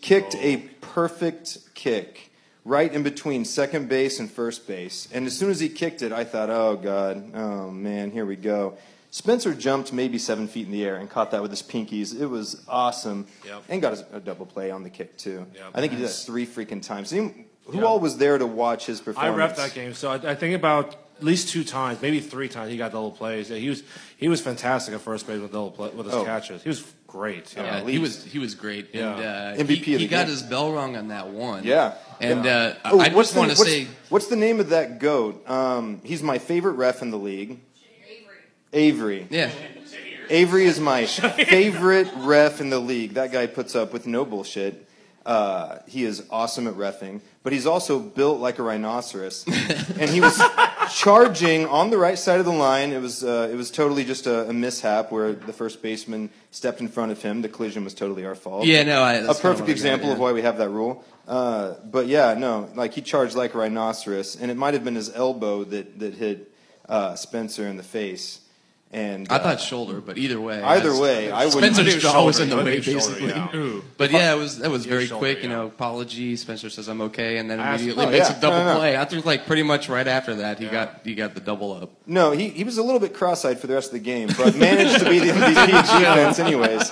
Speaker 8: kicked a perfect kick right in between second base and first base. And as soon as he kicked it, I thought, oh god, oh man, here we go. Spencer jumped maybe seven feet in the air and caught that with his pinkies. It was awesome,
Speaker 3: Yep.
Speaker 8: and got a, a double play on the kick too.
Speaker 3: Yep.
Speaker 8: I think he did that three freaking times. Anyone- who all was there to watch his
Speaker 3: I
Speaker 8: performance?
Speaker 3: ref that game, so I, I think about at least two times, maybe three times, he got double plays. Yeah, he was he was fantastic at first base with double play, with his
Speaker 8: Oh.
Speaker 3: catches. He was great. you know.
Speaker 2: Yeah, he was he was great.
Speaker 3: Yeah.
Speaker 2: And, uh,
Speaker 8: MVP
Speaker 2: He,
Speaker 8: of the
Speaker 2: he got
Speaker 8: game.
Speaker 2: his bell rung on that one.
Speaker 8: Yeah.
Speaker 2: And Uh, I-
Speaker 8: Oh,
Speaker 2: I
Speaker 8: what's
Speaker 2: just
Speaker 8: the-
Speaker 2: want to
Speaker 8: what's-
Speaker 2: say,
Speaker 8: what's the name of that goat? Um, he's my favorite ref in the league. Avery.
Speaker 2: yeah,
Speaker 8: Avery is my favorite ref in the league. That guy puts up with no bullshit. Uh, he is awesome at refing, but he's also built like a rhinoceros. and he was charging on the right side of the line. It was uh, it was totally just a, a mishap where the first baseman stepped in front of him. The collision was totally our fault
Speaker 2: yeah, no, I, that's
Speaker 8: a
Speaker 2: kinda what I
Speaker 8: perfect
Speaker 2: got,
Speaker 8: example
Speaker 2: yeah.
Speaker 8: of why we have that rule. Uh, but yeah, no, like he charged like a rhinoceros, and it might have been his elbow that that hit uh, Spencer in the face. And
Speaker 2: I
Speaker 8: uh,
Speaker 2: thought shoulder, but either way,
Speaker 8: either
Speaker 2: that's-
Speaker 8: way, I would.
Speaker 2: Spencer's
Speaker 3: I think
Speaker 2: always
Speaker 3: shoulder,
Speaker 2: in the
Speaker 3: I
Speaker 2: way,
Speaker 3: think shoulder,
Speaker 2: basically.
Speaker 3: yeah.
Speaker 1: Ooh.
Speaker 2: But yeah, it was that was
Speaker 3: Yeah,
Speaker 2: very
Speaker 3: shoulder,
Speaker 2: quick. You
Speaker 3: yeah.
Speaker 2: know, apology. Spencer says I'm okay, and then
Speaker 3: Ask-
Speaker 2: immediately
Speaker 8: Oh,
Speaker 2: makes
Speaker 8: yeah.
Speaker 2: a double
Speaker 8: No, no, no.
Speaker 2: play. I think like pretty much right after that, he
Speaker 3: Yeah.
Speaker 2: got he got the double up.
Speaker 8: No, he, he was a little bit cross-eyed for the rest of the game, but managed to be the MVP of defense, anyways.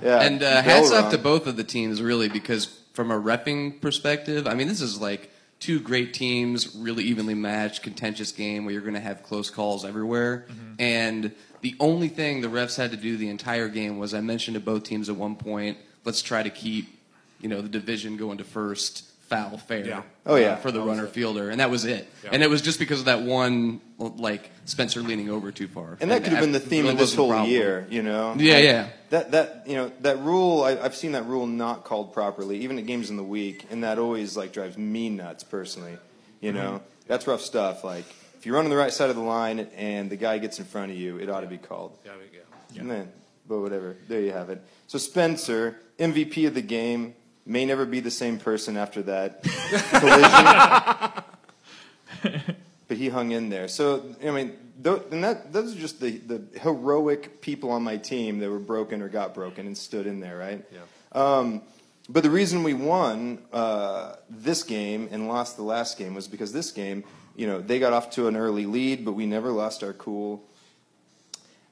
Speaker 8: Yeah,
Speaker 2: And uh,
Speaker 8: Bell
Speaker 2: hats
Speaker 8: wrong.
Speaker 2: off to both of the teams, really, because from a repping perspective, I mean, this is like two great teams, really evenly matched, contentious game where you're going to have close calls everywhere. And the only thing the refs had to do the entire game was I mentioned to both teams at one point, let's try to keep, you know, the division going to first foul fair.
Speaker 3: Yeah.
Speaker 8: Oh, yeah.
Speaker 2: uh, for the runner fielder, and that was it. And it was just because of that one, like Spencer leaning over too far.
Speaker 8: And that could have been the
Speaker 2: it
Speaker 8: theme
Speaker 2: really
Speaker 8: of this
Speaker 2: wasn't a
Speaker 8: whole
Speaker 2: problem.
Speaker 8: year, you know.
Speaker 2: Yeah,
Speaker 8: Like,
Speaker 2: yeah.
Speaker 8: That that you know that rule I, I've seen that rule not called properly even at games in the week, and that always like drives me nuts personally. You know,
Speaker 2: Mm-hmm.
Speaker 8: that's rough stuff. Like if you run on the right side of the line and the guy gets in front of you, it ought to be called.
Speaker 3: Yeah, I mean, yeah.
Speaker 8: And then, but whatever. There you have it. So Spencer, MVP of the game, may never be the same person after that collision. but he hung in there. So I mean, tho- and that those are just the the heroic people on my team that were broken or got broken and stood in there, right?
Speaker 3: Yeah.
Speaker 8: Um, but the reason we won uh, this game and lost the last game was because this game, you know, they got off to an early lead, but we never lost our cool.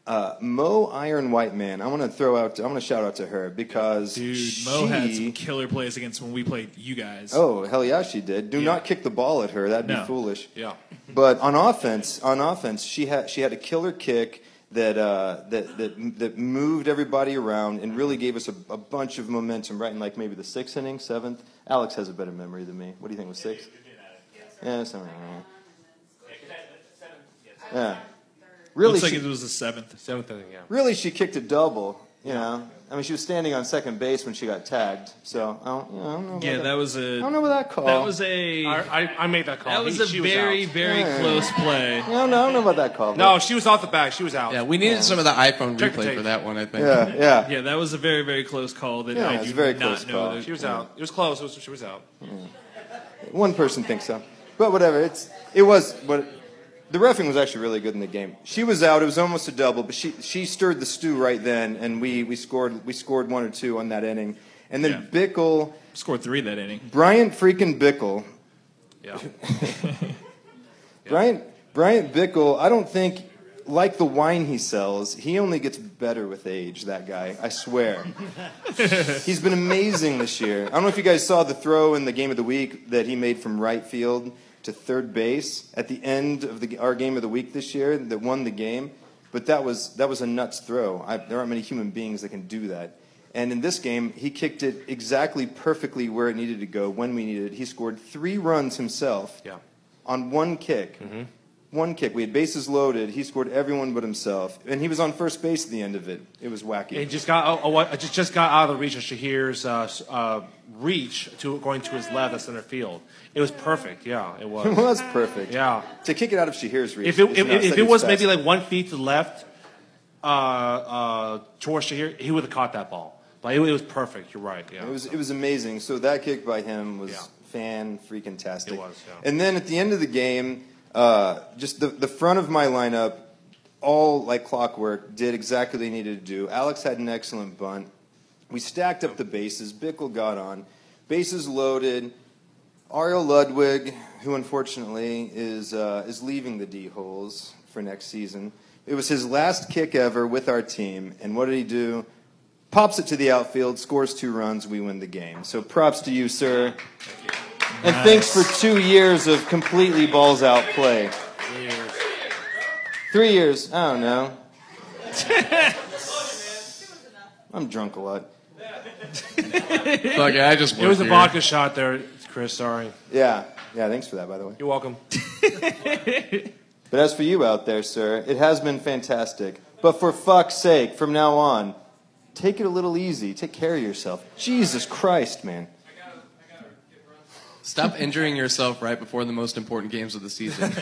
Speaker 8: Uh, Mo Iron White Man, I want to throw out, I want to shout out to her because
Speaker 1: Dude,
Speaker 8: she,
Speaker 1: Mo had some killer plays against when we played you guys.
Speaker 8: oh hell yeah, she did. Do not kick the ball at her; that'd
Speaker 1: No.
Speaker 8: be foolish.
Speaker 3: Yeah.
Speaker 8: But on offense, on offense, she had she had a killer kick that uh, that that that moved everybody around and really gave us a, a bunch of momentum right in like maybe the sixth inning, seventh. Alex has a better memory than me. What do you think was six? Yeah, something like that. Yeah. Really,
Speaker 1: Looks like
Speaker 8: she-
Speaker 1: it was the seventh.
Speaker 3: Seventh inning, yeah.
Speaker 8: really she kicked a double. You know, I mean, she was standing on second base when she got tagged. So I don't, you know, I don't know. about
Speaker 1: Yeah, that was a.
Speaker 8: I don't know about that call.
Speaker 1: That was a.
Speaker 3: I, I, I made that call.
Speaker 1: that Oh, was
Speaker 3: He-
Speaker 1: a
Speaker 3: she
Speaker 1: very,
Speaker 3: out.
Speaker 1: very
Speaker 8: Yeah.
Speaker 1: close play.
Speaker 8: I don't know, I don't know about that call.
Speaker 3: No, she was off the back. She was out.
Speaker 2: Yeah, we needed some of the iPhone
Speaker 3: Check the
Speaker 2: replay
Speaker 3: tape.
Speaker 2: for that one. I think.
Speaker 8: Yeah, yeah.
Speaker 1: Yeah, that was a very, very close call that
Speaker 8: Yeah,
Speaker 1: I
Speaker 8: it was
Speaker 1: do
Speaker 8: a very
Speaker 1: not
Speaker 8: close
Speaker 1: know.
Speaker 8: call.
Speaker 1: that-
Speaker 3: She was out. It was close. It was, she was out.
Speaker 8: One person thinks so, but whatever. It's it was, but the refing was actually really good in the game. She was out. It was almost a double, but she she stirred the stew right then, and we we scored we scored one or two on that inning, and then
Speaker 1: Yeah.
Speaker 8: Bickle
Speaker 1: scored three that inning.
Speaker 8: Bryant freaking Bickle
Speaker 3: Yeah.
Speaker 8: Bryant Bryant Bickle, I don't think like the wine he sells, he only gets better with age, that guy. I swear. He's been amazing this year. I don't know if you guys saw the throw in the game of the week that he made from right field to third base at the end of the, our game of the week this year that won the game. But that was, that was a nuts throw. I, there aren't many human beings that can do that. And in this game, he kicked it exactly perfectly where it needed to go, when we needed it. He scored three runs himself
Speaker 3: Yeah.
Speaker 8: on one kick. One kick. We had bases loaded. He scored everyone but himself, and he was on first base at the end of it. It was wacky.
Speaker 3: It just got oh, oh, what- just just got out of the reach of Shahir's uh, s- uh, reach to going to his left, that's center field. It was perfect. Yeah, it
Speaker 8: It
Speaker 3: was.
Speaker 8: was perfect.
Speaker 3: Yeah.
Speaker 8: To kick it out of Shahir's reach.
Speaker 3: If it
Speaker 8: is
Speaker 3: if,
Speaker 8: not
Speaker 3: if, it
Speaker 8: second
Speaker 3: was
Speaker 8: best.
Speaker 3: maybe like one feet to the left, uh, uh, towards Shahir, he would have caught that ball. But it, it was perfect. You're right. Yeah.
Speaker 8: it was it was amazing. So that kick by him was
Speaker 3: Yeah.
Speaker 8: fan freaking tastic.
Speaker 3: It was, yeah.
Speaker 8: And then at the end of the game, uh, just the the front of my lineup, all like clockwork, did exactly what they needed to do. Alex had an excellent bunt. We stacked up the bases. Bickle got on, bases loaded. Ariel Ludwig, who unfortunately is uh, is leaving the D holes for next season. It was his last kick ever with our team, and what did he do? Pops it to the outfield, scores two runs, we win the game. So props to you, sir. And thanks for two years of completely balls out play. Three years. I don't know. I'm drunk a lot.
Speaker 2: Fuck it, I just.
Speaker 3: It was a
Speaker 2: work here.
Speaker 3: vodka shot there, Chris. Sorry.
Speaker 8: Yeah, yeah. Thanks for that, by the way.
Speaker 3: You're welcome.
Speaker 8: But as for you out there, sir, it has been fantastic. But for fuck's sake, from now on, take it a little easy. Take care of yourself. Jesus Christ, man.
Speaker 2: Stop injuring yourself right before the most important games of the season.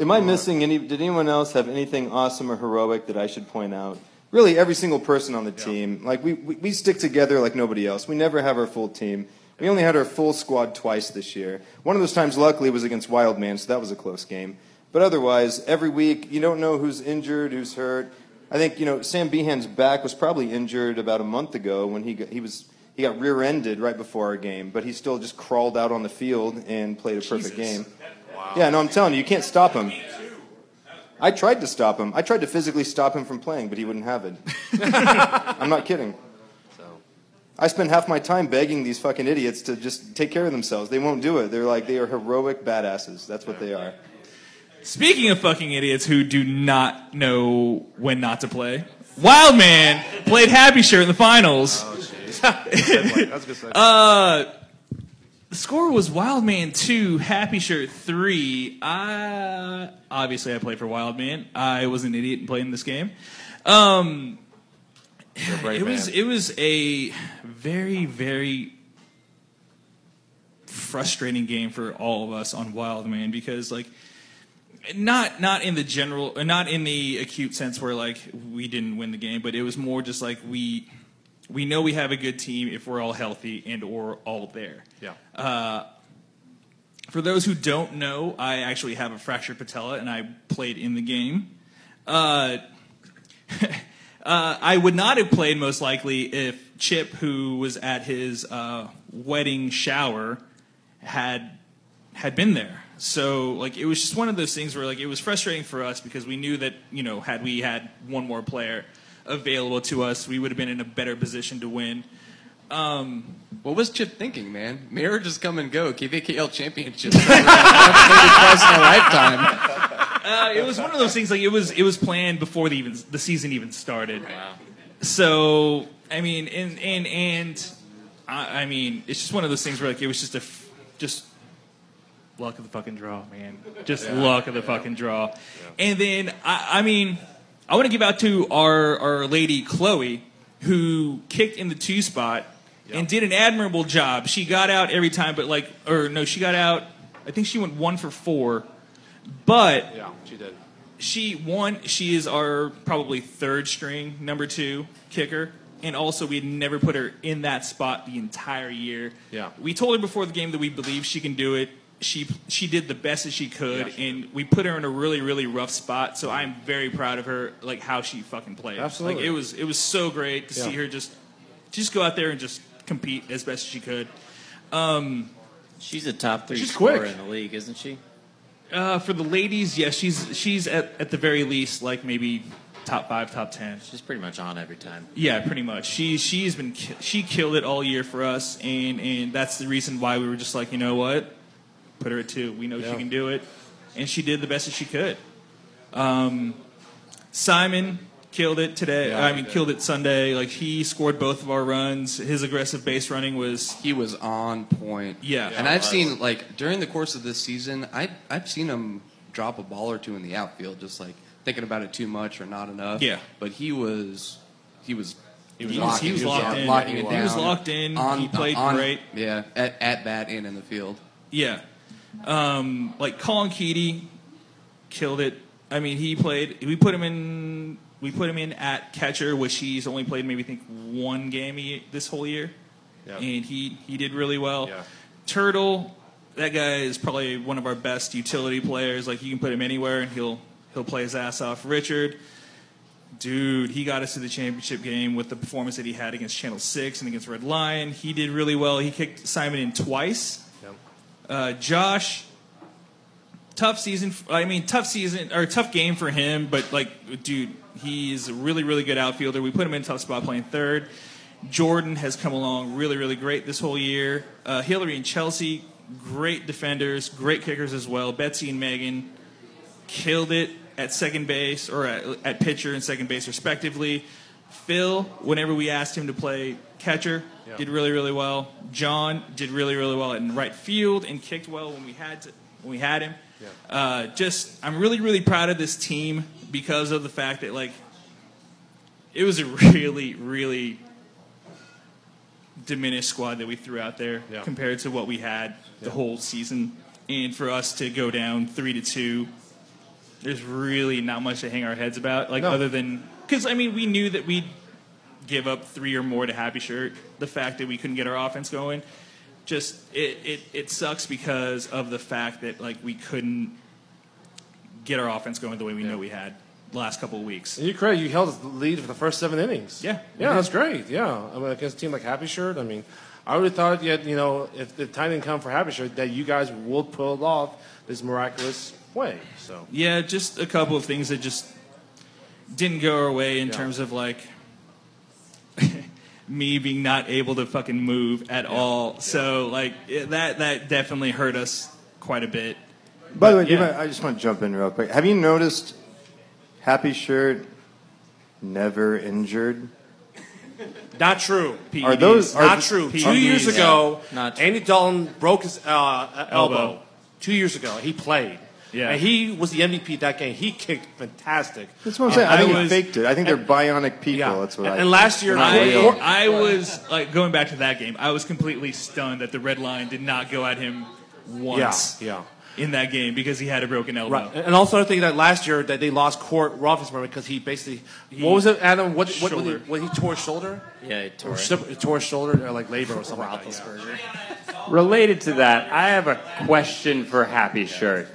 Speaker 8: Am I missing any? Did anyone else have anything awesome or heroic that I should point out? Really, every single person on the team. Like, we, we, we stick together like nobody else. We never have our full team. We only had our full squad twice this year. One of those times, luckily, was against Wildman, so that was a close game. But otherwise, every week, you don't know who's injured, who's hurt. I think, you know, Sam Behan's back was probably injured about a month ago when he, got, he, was, he got rear ended right before our game, but he still just crawled out on the field and played a perfect game. Yeah, no, I'm telling you, you can't stop him. I tried to stop him. I tried to physically stop him from playing, but he wouldn't have it. I'm not kidding. I spend half my time begging these fucking idiots to just take care of themselves. They won't do it. They're like, they are heroic badasses. That's what they are.
Speaker 1: Speaking of fucking idiots who do not know when not to play, Wildman played Happy Shirt in the finals.
Speaker 3: That's a good. segue.
Speaker 1: Uh, The score was Wildman 2, Happy Shirt 3. I, obviously, I played for Wildman. I was an idiot in playing this game. Um, it was it was a very very frustrating game for all of us on Wildman because like not not in the general uh, not in the acute sense where like we didn't win the game but it was more just like we we know we have a good team if we're all healthy and or all there Uh,
Speaker 3: Yeah.
Speaker 1: for those who don't know i actually have a fractured patella and i played in the game uh, uh, i would not have played most likely if chip who was at his uh, wedding shower had had been there. So like it was just one of those things where like it was frustrating for us because we knew that you know had we had one more player available to us, we would have been in a better position to win.
Speaker 2: What was Chip thinking, man? Marriages come and go. KVKL championships. I've played it twice in my lifetime.
Speaker 1: Uh, it was one of those things like it was it was planned before the even the season even started. So I mean and and and I, I mean it's just one of those things where like it was just a f- just luck of the fucking draw, man. Just luck of the fucking draw. And then I, I mean, I want to give out to our our lady Chloe, who kicked in the two spot and did an admirable job. She got out every time, but like, or no, she got out. I think she went one for four, but
Speaker 3: Yeah, she did.
Speaker 1: she one she is our probably third string number two kicker and also we had never put her in that spot the entire year
Speaker 3: Yeah.
Speaker 1: we told her before the game that we believe she can do it she she did the best that she could
Speaker 3: Yeah, she
Speaker 1: and we put her in a really really rough spot so i'm very proud of her like how she fucking played
Speaker 3: Absolutely.
Speaker 1: like it was it was so great to see
Speaker 3: Yeah.
Speaker 1: her just just go out there and just compete as best as she could
Speaker 9: She's a top three
Speaker 3: She's
Speaker 9: scorer
Speaker 3: quick.
Speaker 9: in the league, isn't she?
Speaker 1: uh, for the ladies yes she's she's at, at the very least like maybe top five top ten
Speaker 9: She's pretty much on every time.
Speaker 1: Yeah, pretty much. She she's been ki- she killed it all year for us, and and that's the reason why we were just like, you know what, put her at two. We know she
Speaker 3: Yeah.
Speaker 1: can do it, and she did the best that she could. Um, Simon killed it today.
Speaker 3: Yeah,
Speaker 1: I
Speaker 3: he
Speaker 1: mean,
Speaker 3: did.
Speaker 1: killed it Sunday. Like he scored both of our runs. His aggressive base running was
Speaker 2: He was on point.
Speaker 1: Yeah.
Speaker 2: And I've seen like during the course of this season, I I've seen him drop a ball or two in the outfield, just like thinking about it too much or not enough.
Speaker 1: Yeah.
Speaker 2: But he was he was he
Speaker 1: was- he was locked in.
Speaker 2: locking it
Speaker 1: He was
Speaker 2: down.
Speaker 1: locked in. He played great.
Speaker 2: Yeah, at, at bat and in the field.
Speaker 1: Yeah. Um, like Colin Keaty killed it. I mean, he played. We put him in. We put him in at catcher, which he's only played maybe I think one game he, this whole year,
Speaker 3: Yeah.
Speaker 1: and he he did really well.
Speaker 3: Yeah.
Speaker 1: Turtle, that guy is probably one of our best utility players. Like you can put him anywhere and he'll he'll play his ass off. Richard, dude, he got us to the championship game with the performance that he had against Channel Six and against Red Lion. He did really well. He kicked Simon in twice.
Speaker 3: Yep.
Speaker 1: Uh, Josh, tough season. f- I mean, tough season or tough game for him. But like, dude, he's a really, really good outfielder. We put him in a tough spot playing third. Jordan has come along really, really great this whole year. Uh, Hillary and Chelsea, great defenders, great kickers as well. Betsy and Megan killed it at second base or at, at pitcher and second base respectively. Phil, whenever we asked him to play catcher,
Speaker 3: Yeah.
Speaker 1: did really really well. John did really really well in right field and kicked well when we had to, when we had him. Uh, just I'm really really proud of this team because of the fact that like it was a really really diminished squad that we threw out there
Speaker 3: Yeah.
Speaker 1: compared to what we had the whole season. And for us to go down three to two there's really not much to hang our heads about, like
Speaker 3: No.
Speaker 1: other than because I mean we knew that we'd give up three or more to Happy Shirt. The fact that we couldn't get our offense going, just it it, it sucks because of the fact that like we couldn't get our offense going the way we know we had the last couple of weeks.
Speaker 3: And you're correct. You held the lead for the first seven innings.
Speaker 1: Yeah.
Speaker 3: Yeah, that's great. Yeah. I mean, against a team like Happy Shirt, I mean, I would have thought yet, you know, if the time didn't come for Happy Shirt, that you guys would pull it off this miraculous way. So,
Speaker 1: Yeah, just a couple of things that just didn't go our way in
Speaker 3: Yeah.
Speaker 1: terms of like me being not able to fucking move at all. So like it, that that definitely hurt us quite a bit.
Speaker 8: By the way, do you
Speaker 1: Yeah.
Speaker 8: mind- I just want to jump in real quick. Have you noticed Happy Shirt never injured?
Speaker 3: not true. E
Speaker 8: Are those are E
Speaker 3: not
Speaker 8: the-
Speaker 3: true.
Speaker 1: PEDs.
Speaker 3: Two years ago,
Speaker 9: Not true.
Speaker 3: Andy Dalton broke his uh, uh, elbow.
Speaker 1: Elbow.
Speaker 3: Two years ago, he played.
Speaker 1: Yeah.
Speaker 3: And he was the MVP that game. He kicked fantastic.
Speaker 8: That's what I'm saying. I, think
Speaker 1: I
Speaker 8: he
Speaker 1: was-
Speaker 8: faked it. I think they're bionic people.
Speaker 3: Yeah.
Speaker 8: That's what
Speaker 3: And-
Speaker 8: I.
Speaker 3: and last year-
Speaker 8: They're not real.
Speaker 1: I, I was like going back to that game. I was completely stunned that the red line did not go at him once.
Speaker 3: Yeah, yeah.
Speaker 1: in that game because he had a broken elbow.
Speaker 3: Right, and also I think that last year that they lost Court Roethlisberger because he basically what was it, Adam? What what, what,
Speaker 1: Shoulder.
Speaker 3: what he tore his shoulder?
Speaker 9: Yeah, it tore
Speaker 3: Or
Speaker 9: it.
Speaker 3: sep- tore his shoulder or like labor or something. Like that, yeah.
Speaker 5: Related to that, I have a question for Happy Shirt.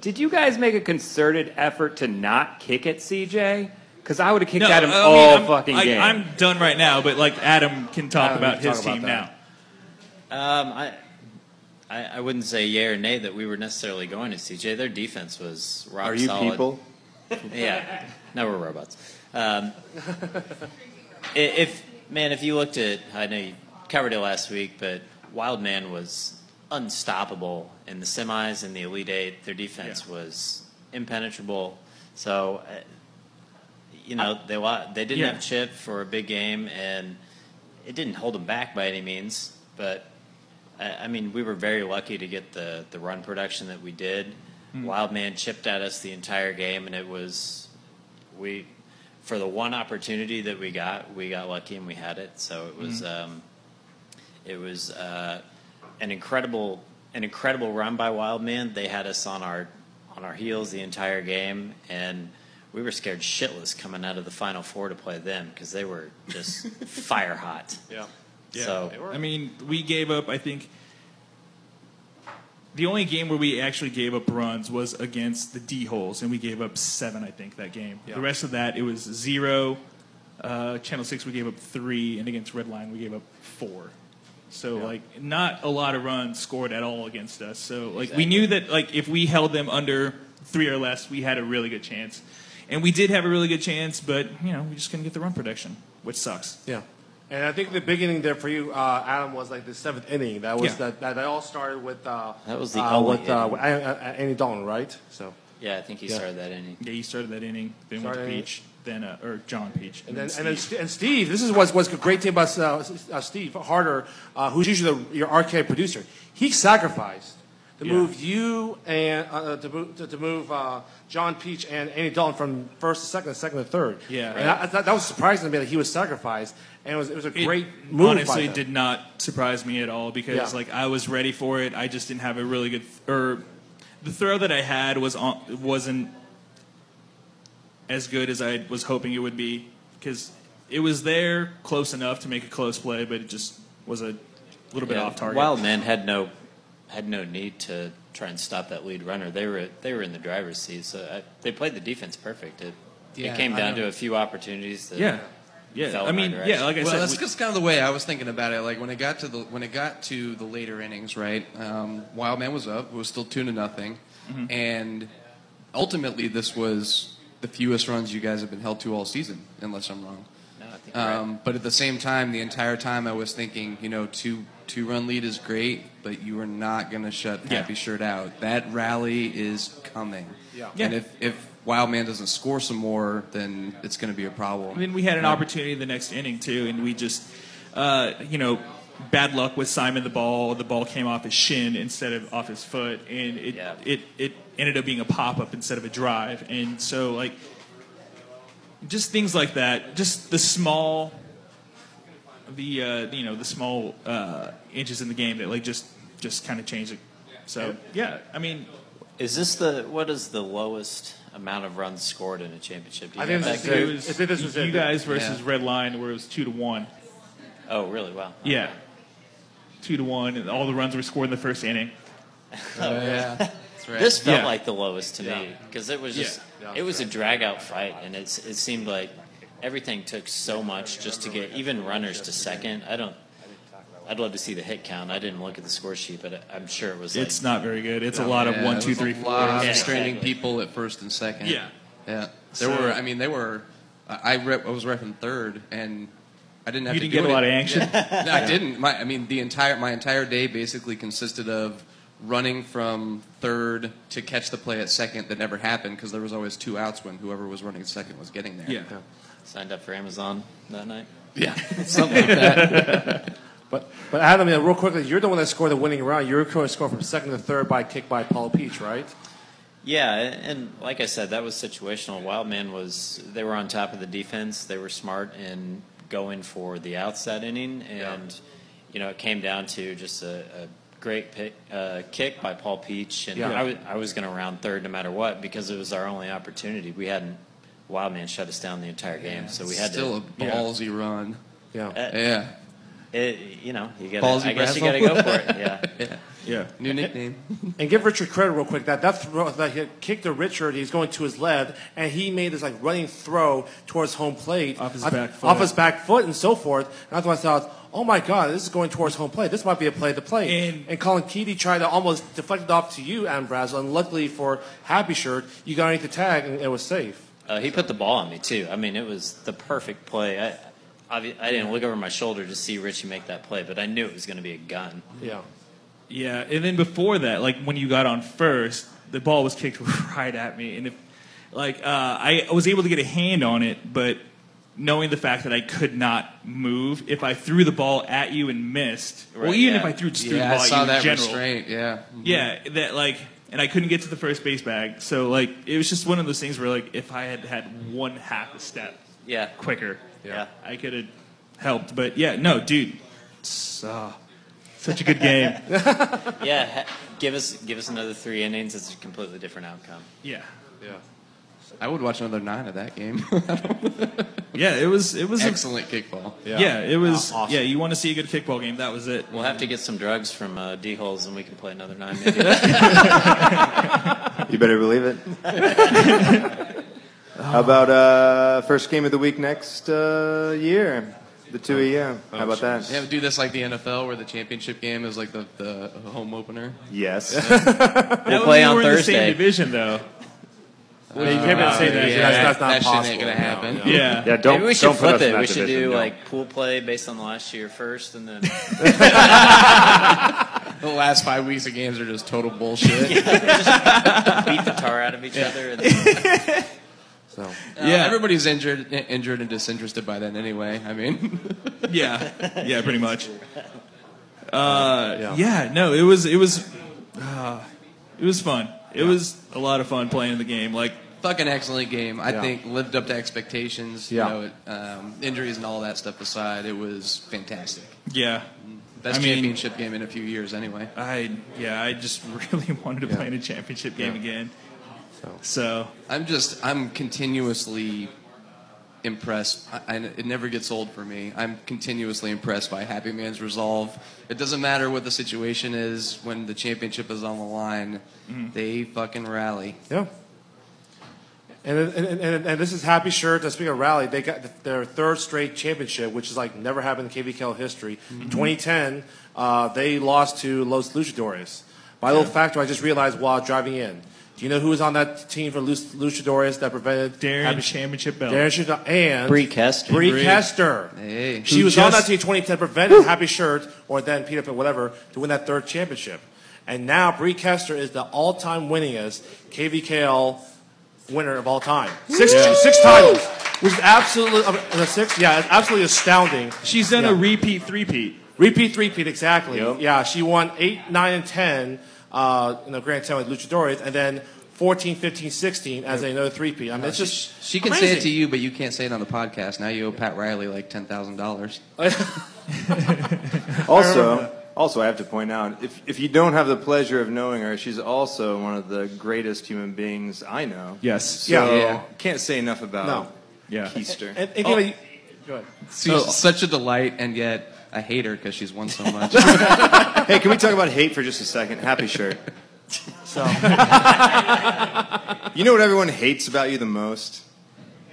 Speaker 5: Did you guys make a concerted effort to not kick at CJ? Because I would have kicked at him
Speaker 1: I mean,
Speaker 5: all
Speaker 1: I'm-
Speaker 5: fucking
Speaker 1: I,
Speaker 5: game.
Speaker 1: I'm done right now, but like Adam can talk
Speaker 3: Adam,
Speaker 1: about
Speaker 3: you can
Speaker 1: his
Speaker 3: talk about
Speaker 1: team
Speaker 3: that.
Speaker 1: now.
Speaker 9: Um, I, I, I wouldn't say yay or nay that we were necessarily going to CJ. Their defense was rock
Speaker 8: Are you
Speaker 9: solid.
Speaker 8: people?
Speaker 9: Yeah. No, we're robots. Um, i- if man, if you looked at, I know you covered it last week, but Wildman was unstoppable in the semis and the Elite Eight. Their defense was impenetrable. So, uh, you know, they wa- they didn't
Speaker 1: Yeah.
Speaker 9: have Chip for a big game, and it didn't hold them back by any means. But I, I mean, we were very lucky to get the, the run production that we did. Wildman chipped at us the entire game, and it was we for the one opportunity that we got, we got lucky and we had it. So it was um, it was uh, an incredible an incredible run by Wildman. They had us on our on our heels the entire game, and we were scared shitless coming out of the final four to play them because they were just fire hot.
Speaker 3: Yeah.
Speaker 9: So
Speaker 1: I mean, we gave up. I think the only game where we actually gave up runs was against the D holes, and we gave up seven. I think that game.
Speaker 3: Yeah.
Speaker 1: The rest of that, it was zero. Uh, Channel six, we gave up three, and against Red Line, we gave up four. So like, not a lot of runs scored at all against us. So like, we knew that like if we held them under three or less, we had a really good chance. And we did have a really good chance, but you know we just couldn't get the run production, which sucks.
Speaker 3: Yeah. And I think the big inning there for you, uh, Adam, was like the seventh inning. That was
Speaker 1: Yeah.
Speaker 3: that, that. That all started with. Uh,
Speaker 9: That was the
Speaker 3: uh,
Speaker 9: only
Speaker 3: with, uh,
Speaker 9: inning.
Speaker 3: with An- An- Andy Dalton, right? So
Speaker 9: yeah, I think he started that inning.
Speaker 1: Yeah, you started that inning, then
Speaker 3: Started
Speaker 1: went to
Speaker 3: inning.
Speaker 1: Peach, then uh, or John Peach,
Speaker 3: and then and then St- and Steve. This is what's what's great thing about uh, uh, Steve Harder, uh, who's usually the, your arcade producer. He sacrificed to
Speaker 1: Yeah.
Speaker 3: move you and uh, to, mo- to, to move uh, John Peach and Andy Dalton from first to second, second to third.
Speaker 1: Yeah.
Speaker 3: and I, I thought that was surprising to me that he was sacrificed, and it was it was a
Speaker 1: It
Speaker 3: great move. by
Speaker 1: Honestly,
Speaker 3: them.
Speaker 1: did not surprise me at all because
Speaker 3: Yeah.
Speaker 1: like I was ready for it. I just didn't have a really good th- or the throw that I had was on wasn't as good as I was hoping it would be because it was there close enough to make a close play, but it just was a little bit
Speaker 9: Yeah,
Speaker 1: off target.
Speaker 9: Wildman had no had no need to try and stop that lead runner. They were they were in the driver's seat, so I, they played the defense perfect. It,
Speaker 3: Yeah,
Speaker 9: it came
Speaker 3: I
Speaker 9: down
Speaker 3: know.
Speaker 9: to a few opportunities. That
Speaker 1: yeah, yeah.
Speaker 9: Fell
Speaker 1: I
Speaker 9: in my
Speaker 1: mean, yeah.
Speaker 9: direction.
Speaker 1: Like I
Speaker 2: well,
Speaker 1: said,
Speaker 2: that's
Speaker 1: we-
Speaker 2: just kind of the way I was thinking about it. Like when it got to the when it got to the later innings, right? Um, Wildman was up. It was still two to nothing,
Speaker 9: Mm-hmm.
Speaker 2: and ultimately this was the fewest runs you guys have been held to all season, unless I'm wrong.
Speaker 9: No, I think you're right.
Speaker 2: Um, but at the same time, the entire time I was thinking, you know, two two run lead is great, but you are not going to shut
Speaker 1: Yeah.
Speaker 2: Happy Shirt out. That rally is coming.
Speaker 3: Yeah.
Speaker 2: And
Speaker 1: Yeah.
Speaker 2: if if Wildman doesn't score some more, then it's going to be a problem.
Speaker 1: I mean, we had an opportunity the next inning too, and we just, uh, you know, bad luck with Simon the ball. The ball came off his shin instead of off his foot, and it
Speaker 9: Yeah.
Speaker 1: it it ended up being a pop up instead of a drive, and so like, just things like that, just the small, the uh, you know the small uh, inches in the game that like just just kind of change it. So yeah, I mean,
Speaker 9: Is this the what is the lowest amount of runs scored in a championship? Do you
Speaker 3: I
Speaker 9: have
Speaker 3: think this
Speaker 9: that
Speaker 3: is
Speaker 1: it
Speaker 9: good?
Speaker 3: good.
Speaker 1: was,
Speaker 3: I think this was it.
Speaker 1: you guys versus
Speaker 2: Yeah.
Speaker 1: Red Line, where it was two to one.
Speaker 9: Oh, really? Wow.
Speaker 1: Yeah. Two to one, and all the runs were scored in the first inning.
Speaker 2: That's right.
Speaker 9: This felt
Speaker 1: Yeah.
Speaker 9: like the lowest to me. 'Cause me
Speaker 3: Yeah.
Speaker 9: because it was
Speaker 1: Yeah.
Speaker 9: just
Speaker 3: Yeah,
Speaker 9: it was a drag out fight, and it's it seemed like everything took so much just to get even runners to second. I don't. I'd love to see the hit count. I didn't look at the score sheet, but I'm sure it was. Like,
Speaker 1: It's not very good. It's a lot of
Speaker 2: Yeah,
Speaker 1: one,
Speaker 2: it
Speaker 1: two,
Speaker 2: was
Speaker 1: three,
Speaker 2: a
Speaker 1: four.
Speaker 2: lot of
Speaker 9: Yeah,
Speaker 2: stranding
Speaker 9: exactly.
Speaker 2: people at first and second.
Speaker 1: Yeah.
Speaker 2: yeah. There
Speaker 1: So-
Speaker 2: were. I mean, they were. I I, rep, I was repping third, and I didn't have
Speaker 1: You
Speaker 2: to
Speaker 1: didn't
Speaker 2: do
Speaker 1: get a lot of
Speaker 2: anything.
Speaker 1: action.
Speaker 2: No, I didn't. My, I mean, the entire my entire day basically consisted of running from third to catch the play at second that never happened because there was always two outs when whoever was running second was getting there.
Speaker 1: Yeah.
Speaker 9: signed up for Amazon that night.
Speaker 2: yeah, something like that.
Speaker 3: But but Adam, yeah, real quickly, you're the one that scored the winning round. You're going to score from second to third by a kick by Paul Peach, right?
Speaker 9: Yeah, and like I said, that was situational. Wildman was they were on top of the defense. They were smart in going for the outs that inning, and you know it came down to just a, a great pick, uh, kick by Paul Peach, and I was, I was going to round third no matter what because it was our only opportunity. We hadn't Wildman shut us down the entire game, so we had
Speaker 2: Still
Speaker 9: to.
Speaker 2: a ballsy run.
Speaker 3: Yeah.
Speaker 9: Uh,
Speaker 2: Yeah.
Speaker 9: it, you know, you got.
Speaker 2: Ballsy
Speaker 9: I guess you got to
Speaker 2: Brazel.
Speaker 9: go for it. Yeah.
Speaker 1: Yeah.
Speaker 2: New nickname.
Speaker 3: And give Richard credit real quick. That that throw that hit, kick to Richard, he's going to his left, and he made this like running throw towards home plate.
Speaker 1: Off his
Speaker 3: I-
Speaker 1: back foot.
Speaker 3: Off his back foot and so forth. And I thought, I thought, oh my God, this is going towards home plate. This might be a play to play.
Speaker 1: And-
Speaker 3: Colin Keaty tried to almost deflect it off to you, Adam Brazel, and luckily for Happy Shirt, you got underneath the tag and it was safe.
Speaker 9: Uh, he put the ball on me too. I mean, it was the perfect play. I, obvi- I didn't look over my shoulder to see Richie make that play, but I knew it was going to be a gun.
Speaker 3: Yeah.
Speaker 1: Yeah, and then before that, like when you got on first, the ball was kicked right at me, and if, like uh, I was able to get a hand on it, but knowing the fact that I could not move, if I threw the ball at you and missed, or
Speaker 9: Right,
Speaker 1: even
Speaker 9: yeah.
Speaker 1: if I threw just threw the
Speaker 2: Yeah, I
Speaker 1: ball at
Speaker 2: saw
Speaker 1: you in
Speaker 2: that
Speaker 1: general,
Speaker 2: restraint. Yeah.
Speaker 1: yeah, that like, and I couldn't get to the first base bag, so like it was just one of those things where like if I had had one half a step
Speaker 9: Yeah.
Speaker 1: quicker,
Speaker 9: Yeah.
Speaker 1: I could have helped, but yeah, no, dude, it's, uh, such a good game.
Speaker 9: Yeah. Ha- give us give us another three innings. It's a completely different outcome.
Speaker 1: yeah.
Speaker 2: I would watch another nine of that game.
Speaker 1: Yeah, it was it was a
Speaker 2: Excellent kickball.
Speaker 1: Yeah, it was. Yeah, you want to see a good kickball game? That was it.
Speaker 9: We'll have to get some drugs from uh, D holes, and we can play another nine. Maybe.
Speaker 8: You better believe it. How about uh, first game of the week next uh, year? The two a year. How about that?
Speaker 2: Yeah, do this like the NFL where the championship game is like the, the home opener.
Speaker 8: Yes.
Speaker 9: we'll
Speaker 1: That
Speaker 9: play
Speaker 1: would mean
Speaker 9: on
Speaker 1: we're In the
Speaker 9: Thursday.
Speaker 1: same division, though.
Speaker 3: you can't say that.
Speaker 2: yeah,
Speaker 3: that's, that's not
Speaker 2: that shit
Speaker 3: possible.
Speaker 2: ain't gonna
Speaker 3: No,
Speaker 2: happen.
Speaker 3: no.
Speaker 1: Yeah.
Speaker 10: Yeah, don't
Speaker 9: Maybe we
Speaker 10: don't put
Speaker 9: should flip
Speaker 10: us in
Speaker 9: it.
Speaker 10: that
Speaker 9: We should
Speaker 10: division,
Speaker 9: do
Speaker 10: no.
Speaker 9: like pool play based on last year first, and then
Speaker 2: The last five weeks of games are just total bullshit.
Speaker 9: beat the tar out of each other. And then,
Speaker 2: Uh, everybody's injured, injured and disinterested by then anyway. I mean,
Speaker 1: Yeah. Yeah. Pretty much. Uh, yeah. No, it was. It was. Uh, it was fun. It was a lot of fun playing the game. Like,
Speaker 2: fucking excellent game. I
Speaker 3: Yeah.
Speaker 2: think lived up to expectations.
Speaker 3: Yeah.
Speaker 2: You know, it, um, injuries and all that stuff aside, it was fantastic.
Speaker 1: yeah.
Speaker 2: Best
Speaker 1: I mean-
Speaker 2: championship game in a few years anyway.
Speaker 1: I yeah. I just really wanted to play in a championship game again. So.
Speaker 2: I'm just I'm continuously impressed. I, I- it never gets old for me. I'm continuously impressed by Happy Man's resolve. It doesn't matter what the situation is when the championship is on the line. They fucking rally.
Speaker 3: Yeah. And, and, and, and this is Happy Shirt. And speaking of rally, they got their third straight championship, which is like never happened in KVKL history. 2010, uh, they lost to Los Luchadores. By a little factor, I just realized while driving in. Do you know who was on that team for Lus- Luchadores that prevented
Speaker 1: Darren
Speaker 3: Happy Sh-
Speaker 1: championship belt.
Speaker 3: Darren Shida- and
Speaker 9: Bree Kester.
Speaker 3: Bree
Speaker 1: Bree.
Speaker 3: Kester.
Speaker 2: Hey.
Speaker 3: She
Speaker 1: Who
Speaker 3: was on that
Speaker 1: just-
Speaker 3: team 2010, prevented Happy Shirt or then Peter Pitt, whatever, to win that third championship. And now Bree Kester is the all-time winningest KVKL winner of all time. Six, six titles, which is absolutely uh, the six. Yeah, it's absolutely astounding.
Speaker 1: She's done a
Speaker 3: Yeah.
Speaker 1: repeat three-peat.
Speaker 3: Repeat, repeat, exactly. Yeah, she won 8, 9, and 10 uh, in the Grand Slam with Luchadores, and then 14, 15, 16 as another three-peat. I mean, it's just
Speaker 2: She can say it to
Speaker 3: amazing.
Speaker 2: you, but you can't say it on the podcast. Now you owe Pat Riley like ten thousand dollars.
Speaker 8: Also, also, I have to point out if if you don't have the pleasure of knowing her, she's also one of the greatest human beings I know.
Speaker 1: Yes.
Speaker 8: So,
Speaker 2: Yeah.
Speaker 8: can't say enough about
Speaker 3: No.
Speaker 1: Yeah.
Speaker 8: Keister.
Speaker 3: And, and, you
Speaker 2: Oh.
Speaker 3: know, you- go ahead.
Speaker 2: She's such a delight, and yet I hate her because she's won so much.
Speaker 8: hey, can we talk about hate for just a second? Happy shirt.
Speaker 3: So,
Speaker 8: You know what everyone hates about you the most?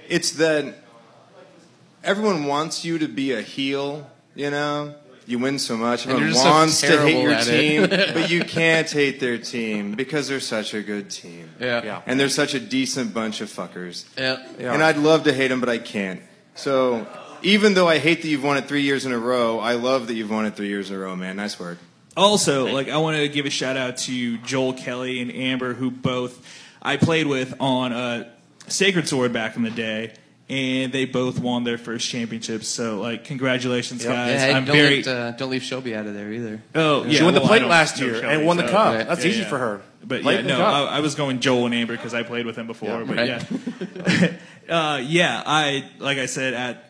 Speaker 8: It's that everyone wants you to be a heel, you know? You win so much.
Speaker 2: you're
Speaker 8: Everyone
Speaker 2: just so
Speaker 8: wants to hate
Speaker 2: terrible
Speaker 8: your
Speaker 2: at it.
Speaker 8: team, but you can't hate their team because they're such a good team.
Speaker 2: yeah.
Speaker 3: Yeah.
Speaker 8: And they're such a decent bunch of fuckers.
Speaker 2: Yeah.
Speaker 8: And I'd love to hate them, but I can't. So even though I hate that you've won it three years in a row, I love that you've won it three years in a row, man. Nice work.
Speaker 1: Also, like I want to give a shout out to Joel Kelly and Amber, who both I played with on uh, Sacred Sword back in the day, and they both won their first championships. So, like, congratulations, guys!
Speaker 2: hey,
Speaker 1: I'm
Speaker 2: don't,
Speaker 1: very.
Speaker 2: let, uh, don't leave Shelby out of there either.
Speaker 1: oh, yeah,
Speaker 3: she won the
Speaker 1: well, I
Speaker 3: plate
Speaker 1: don't
Speaker 3: last
Speaker 1: know
Speaker 3: year
Speaker 1: Shelby,
Speaker 3: and won the
Speaker 1: so-
Speaker 3: cup.
Speaker 2: Yeah.
Speaker 3: That's
Speaker 1: Yeah,
Speaker 3: easy
Speaker 1: yeah.
Speaker 3: for her.
Speaker 1: But
Speaker 3: Plate
Speaker 1: yeah,
Speaker 3: and the
Speaker 1: no,
Speaker 3: cup.
Speaker 1: I, I was going Joel and Amber because I played with them before.
Speaker 3: Yeah.
Speaker 1: but
Speaker 2: Right.
Speaker 1: yeah, uh, yeah. I like I said at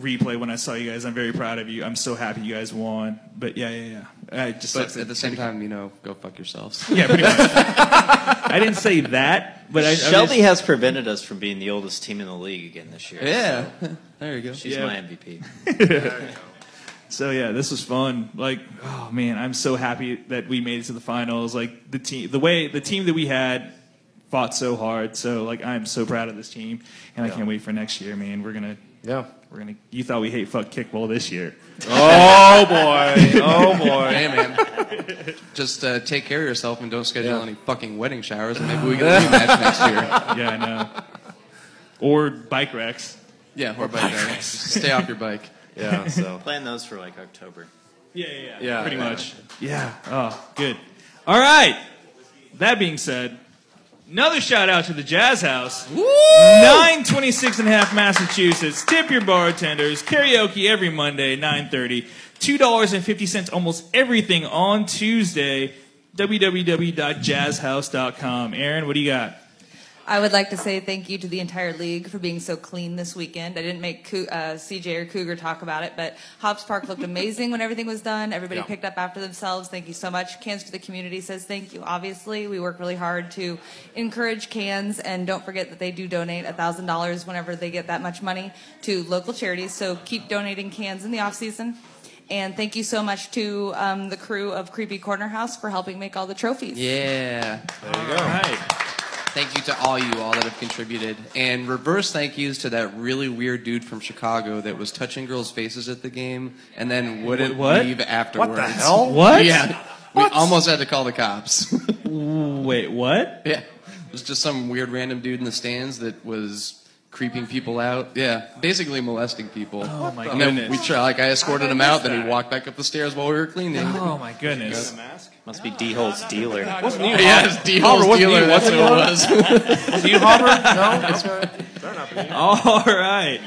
Speaker 1: replay when I saw you guys, I'm very proud of you. I'm so happy you guys won. But yeah, yeah, yeah. I just
Speaker 2: But at the same time, you know, go fuck yourselves.
Speaker 1: yeah, pretty much. I didn't say that, but I, I'm
Speaker 9: Shelby
Speaker 1: just-
Speaker 9: has prevented us from being the oldest team in the league again this year.
Speaker 2: Yeah, there you go.
Speaker 9: She's
Speaker 1: Yeah.
Speaker 9: my MVP.
Speaker 1: so yeah, this was fun. Like, oh man, I'm so happy that we made it to the finals. Like the team, the way the team that we had fought so hard. So like, I'm so proud of this team, and I can't wait for next year, man. We're gonna,
Speaker 3: Yeah.
Speaker 1: we're gonna. You thought we hate fuck kickball this year?
Speaker 3: Oh boy. Oh boy.
Speaker 2: Hey man, just uh, take care of yourself and don't schedule any fucking wedding showers, and maybe we get a rematch next year.
Speaker 1: Yeah, I know. or bike wrecks.
Speaker 2: Yeah, or bike ride. Just Stay off your bike.
Speaker 3: Yeah. So.
Speaker 9: Plan those for like October.
Speaker 1: Yeah, yeah,
Speaker 3: Yeah,
Speaker 1: Pretty
Speaker 3: yeah.
Speaker 1: much. Yeah. Oh, good. All right. That being said, another shout out to the Jazz House. 926 and a half Massachusetts. Tip your bartenders. Karaoke every Monday, 930. $2.50 almost everything on Tuesday. www.jazzhouse.com. Aaron, what do you got?
Speaker 10: I would like to say thank you to the entire league for being so clean this weekend. I didn't make Coo- uh, CJ or Cougar talk about it, but Hobbs Park looked amazing when everything was done. Everybody
Speaker 2: Yeah.
Speaker 10: picked up after themselves. Thank you so much. Cans for the Community says thank you. Obviously, we work really hard to encourage cans, and don't forget that they do donate $1,000 whenever they get that much money to local charities. So keep donating cans in the off season. And thank you so much to um, the crew of Creepy Corner House for helping make all the trophies.
Speaker 2: Yeah.
Speaker 1: All right.
Speaker 2: Thank you to all you all that have contributed. And reverse thank yous to that really weird dude from Chicago that was touching girls' faces at the game and then wouldn't
Speaker 1: What?
Speaker 2: leave afterwards.
Speaker 3: What the hell?
Speaker 1: What?
Speaker 2: Yeah. We almost had to call the cops.
Speaker 1: Wait, what?
Speaker 2: yeah. It was just some weird random dude in the stands that was creeping people out. Yeah. Basically molesting people. Oh
Speaker 1: my
Speaker 2: and Then we
Speaker 1: goodness.
Speaker 2: tried, like I escorted him out, then he walked back up the stairs while we were cleaning.
Speaker 1: Oh, my goodness.
Speaker 9: Must be D Hole's dealer.
Speaker 2: Yeah, it's
Speaker 3: Harper,
Speaker 2: D-Hole's
Speaker 3: what's
Speaker 2: dealer.
Speaker 3: new?
Speaker 2: That's
Speaker 3: What's
Speaker 2: who it was.
Speaker 3: Do you harbor? No. Okay.
Speaker 1: All right.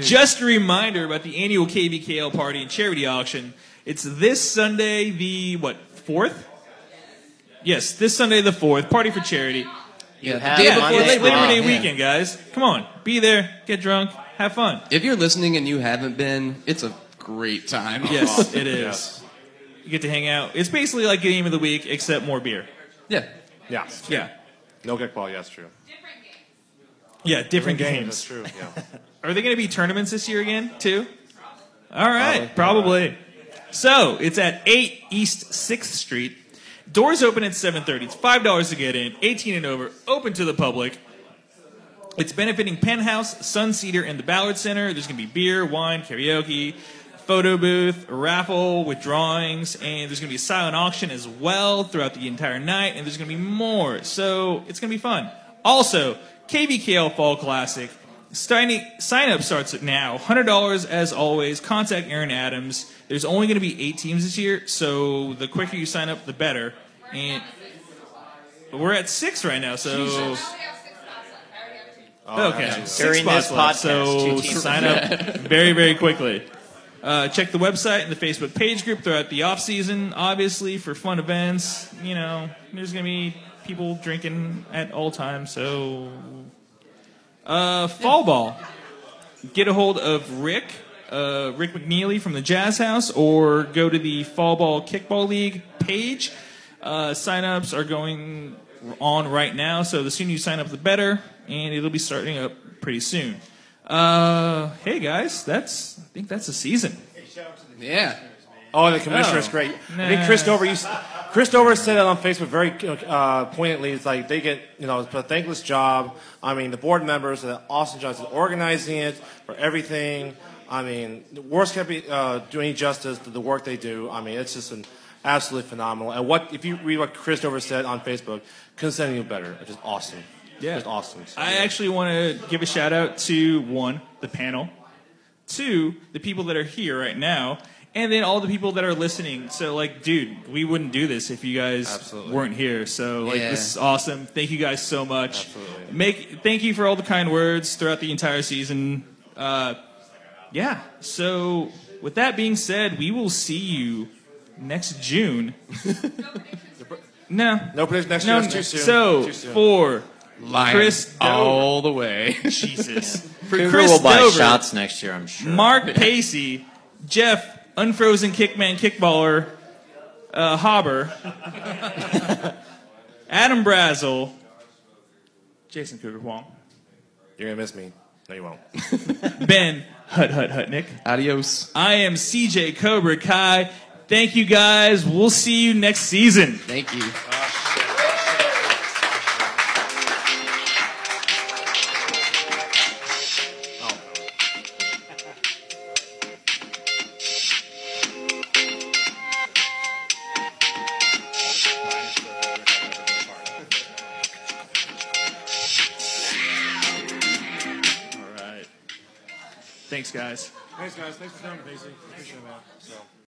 Speaker 1: Just a reminder about the annual KVKL party and charity auction. It's this Sunday, the what fourth? Yes, this Sunday the fourth. Party for charity.
Speaker 2: Yeah,
Speaker 9: have
Speaker 2: the day
Speaker 9: Yeah,
Speaker 2: before
Speaker 9: Monday
Speaker 2: Labor Day
Speaker 9: off.
Speaker 1: Labor Day
Speaker 2: Yeah.
Speaker 1: weekend, guys. Come on, be there, get drunk, have fun.
Speaker 2: If you're listening and you haven't been, it's a great time.
Speaker 1: Yes, it is. You get to hang out. It's basically like game of the week, except more beer.
Speaker 2: Yeah.
Speaker 3: Yeah.
Speaker 1: Yeah,
Speaker 3: No kickball. Yes, true.
Speaker 1: yeah, different
Speaker 3: That's
Speaker 1: games.
Speaker 3: true. Yeah.
Speaker 1: Are there going to be tournaments this year again, too? All right, probably. So it's at 8 East 6th Street. Doors open at 7.30. It's $5 to get in, 18 and over, open to the public. It's benefiting Penthouse, Sun Cedar, and the Ballard Center. There's going to be beer, wine, karaoke, photo booth, a raffle with drawings, and there's going to be a silent auction as well throughout the entire night, and there's going to be more. So it's going to be fun. Also, KVKL Fall Classic. Steiny, sign up starts at now. $100 as always. Contact Aaron Adams. There's only going to be eight teams this year, so the quicker you sign up, the better. And we're at six right now, so. Okay. Six
Speaker 9: Oh, During
Speaker 1: spots
Speaker 9: this
Speaker 1: left,
Speaker 9: podcast,
Speaker 1: so
Speaker 9: two teams.
Speaker 1: sign up very, very quickly. Uh, check the website and the Facebook page group throughout the off season. Obviously, for fun events, you know, there's gonna be people drinking at all times. So, uh, fall ball. Get a hold of Rick, uh, Rick McNeely from the Jazz House, or go to the Fall Ball Kickball League page. Uh, signups are going on right now, so the sooner you sign up, the better, and it'll be starting up pretty soon. Uh, hey guys, that's I think that's the season.
Speaker 2: Yeah.
Speaker 3: Oh, the commissioner is
Speaker 1: Oh.
Speaker 3: great. I
Speaker 1: Nah.
Speaker 3: think Chris Dover, used, Chris Dover said it on Facebook very uh, poignantly. It's like they get, you know, it's a thankless job. I mean, the board members, the Austin Johnson organizing it for everything. I mean, the words can't be uh, do any justice to the work they do. I mean, it's just an absolutely phenomenal. And what if you read what Chris Dover said on Facebook, couldn't say anything better. It's just awesome.
Speaker 1: Yeah.
Speaker 3: Just awesome. So,
Speaker 1: I
Speaker 3: yeah.
Speaker 1: actually want to give a shout out to one, the panel, two, the people that are here right now, and then all the people that are listening. So, like, dude, we wouldn't do this if you guys
Speaker 3: Absolutely.
Speaker 1: weren't here. So, like,
Speaker 2: Yeah.
Speaker 1: this is awesome. Thank you guys so much. Absolutely. Make thank you for all the kind words throughout the entire season. Uh, yeah. So, with that being said, we will see you next June. no.
Speaker 3: no prediction next year.
Speaker 1: No,
Speaker 3: It's too soon.
Speaker 1: so
Speaker 3: too soon.
Speaker 1: for
Speaker 2: Lion
Speaker 1: Chris Dover.
Speaker 2: all the way.
Speaker 1: Jesus. For
Speaker 9: Cougar
Speaker 1: Chris
Speaker 9: will buy
Speaker 1: Dover,
Speaker 9: shots next year, I'm sure.
Speaker 1: Mark Pacey, Jeff, Unfrozen Kickman Kickballer, uh, Haber, Adam Brazel, Jason Cougar Wong,
Speaker 3: You're gonna miss me. No, you won't.
Speaker 1: Ben Hut Hut Hutnick.
Speaker 2: Adios.
Speaker 1: I am CJ Cobra Kai. Thank you guys. We'll see you next season.
Speaker 2: Thank you.
Speaker 1: All right. Thanks, guys.
Speaker 3: Thanks, guys. Thanks for coming, Casey. Appreciate it, man. So.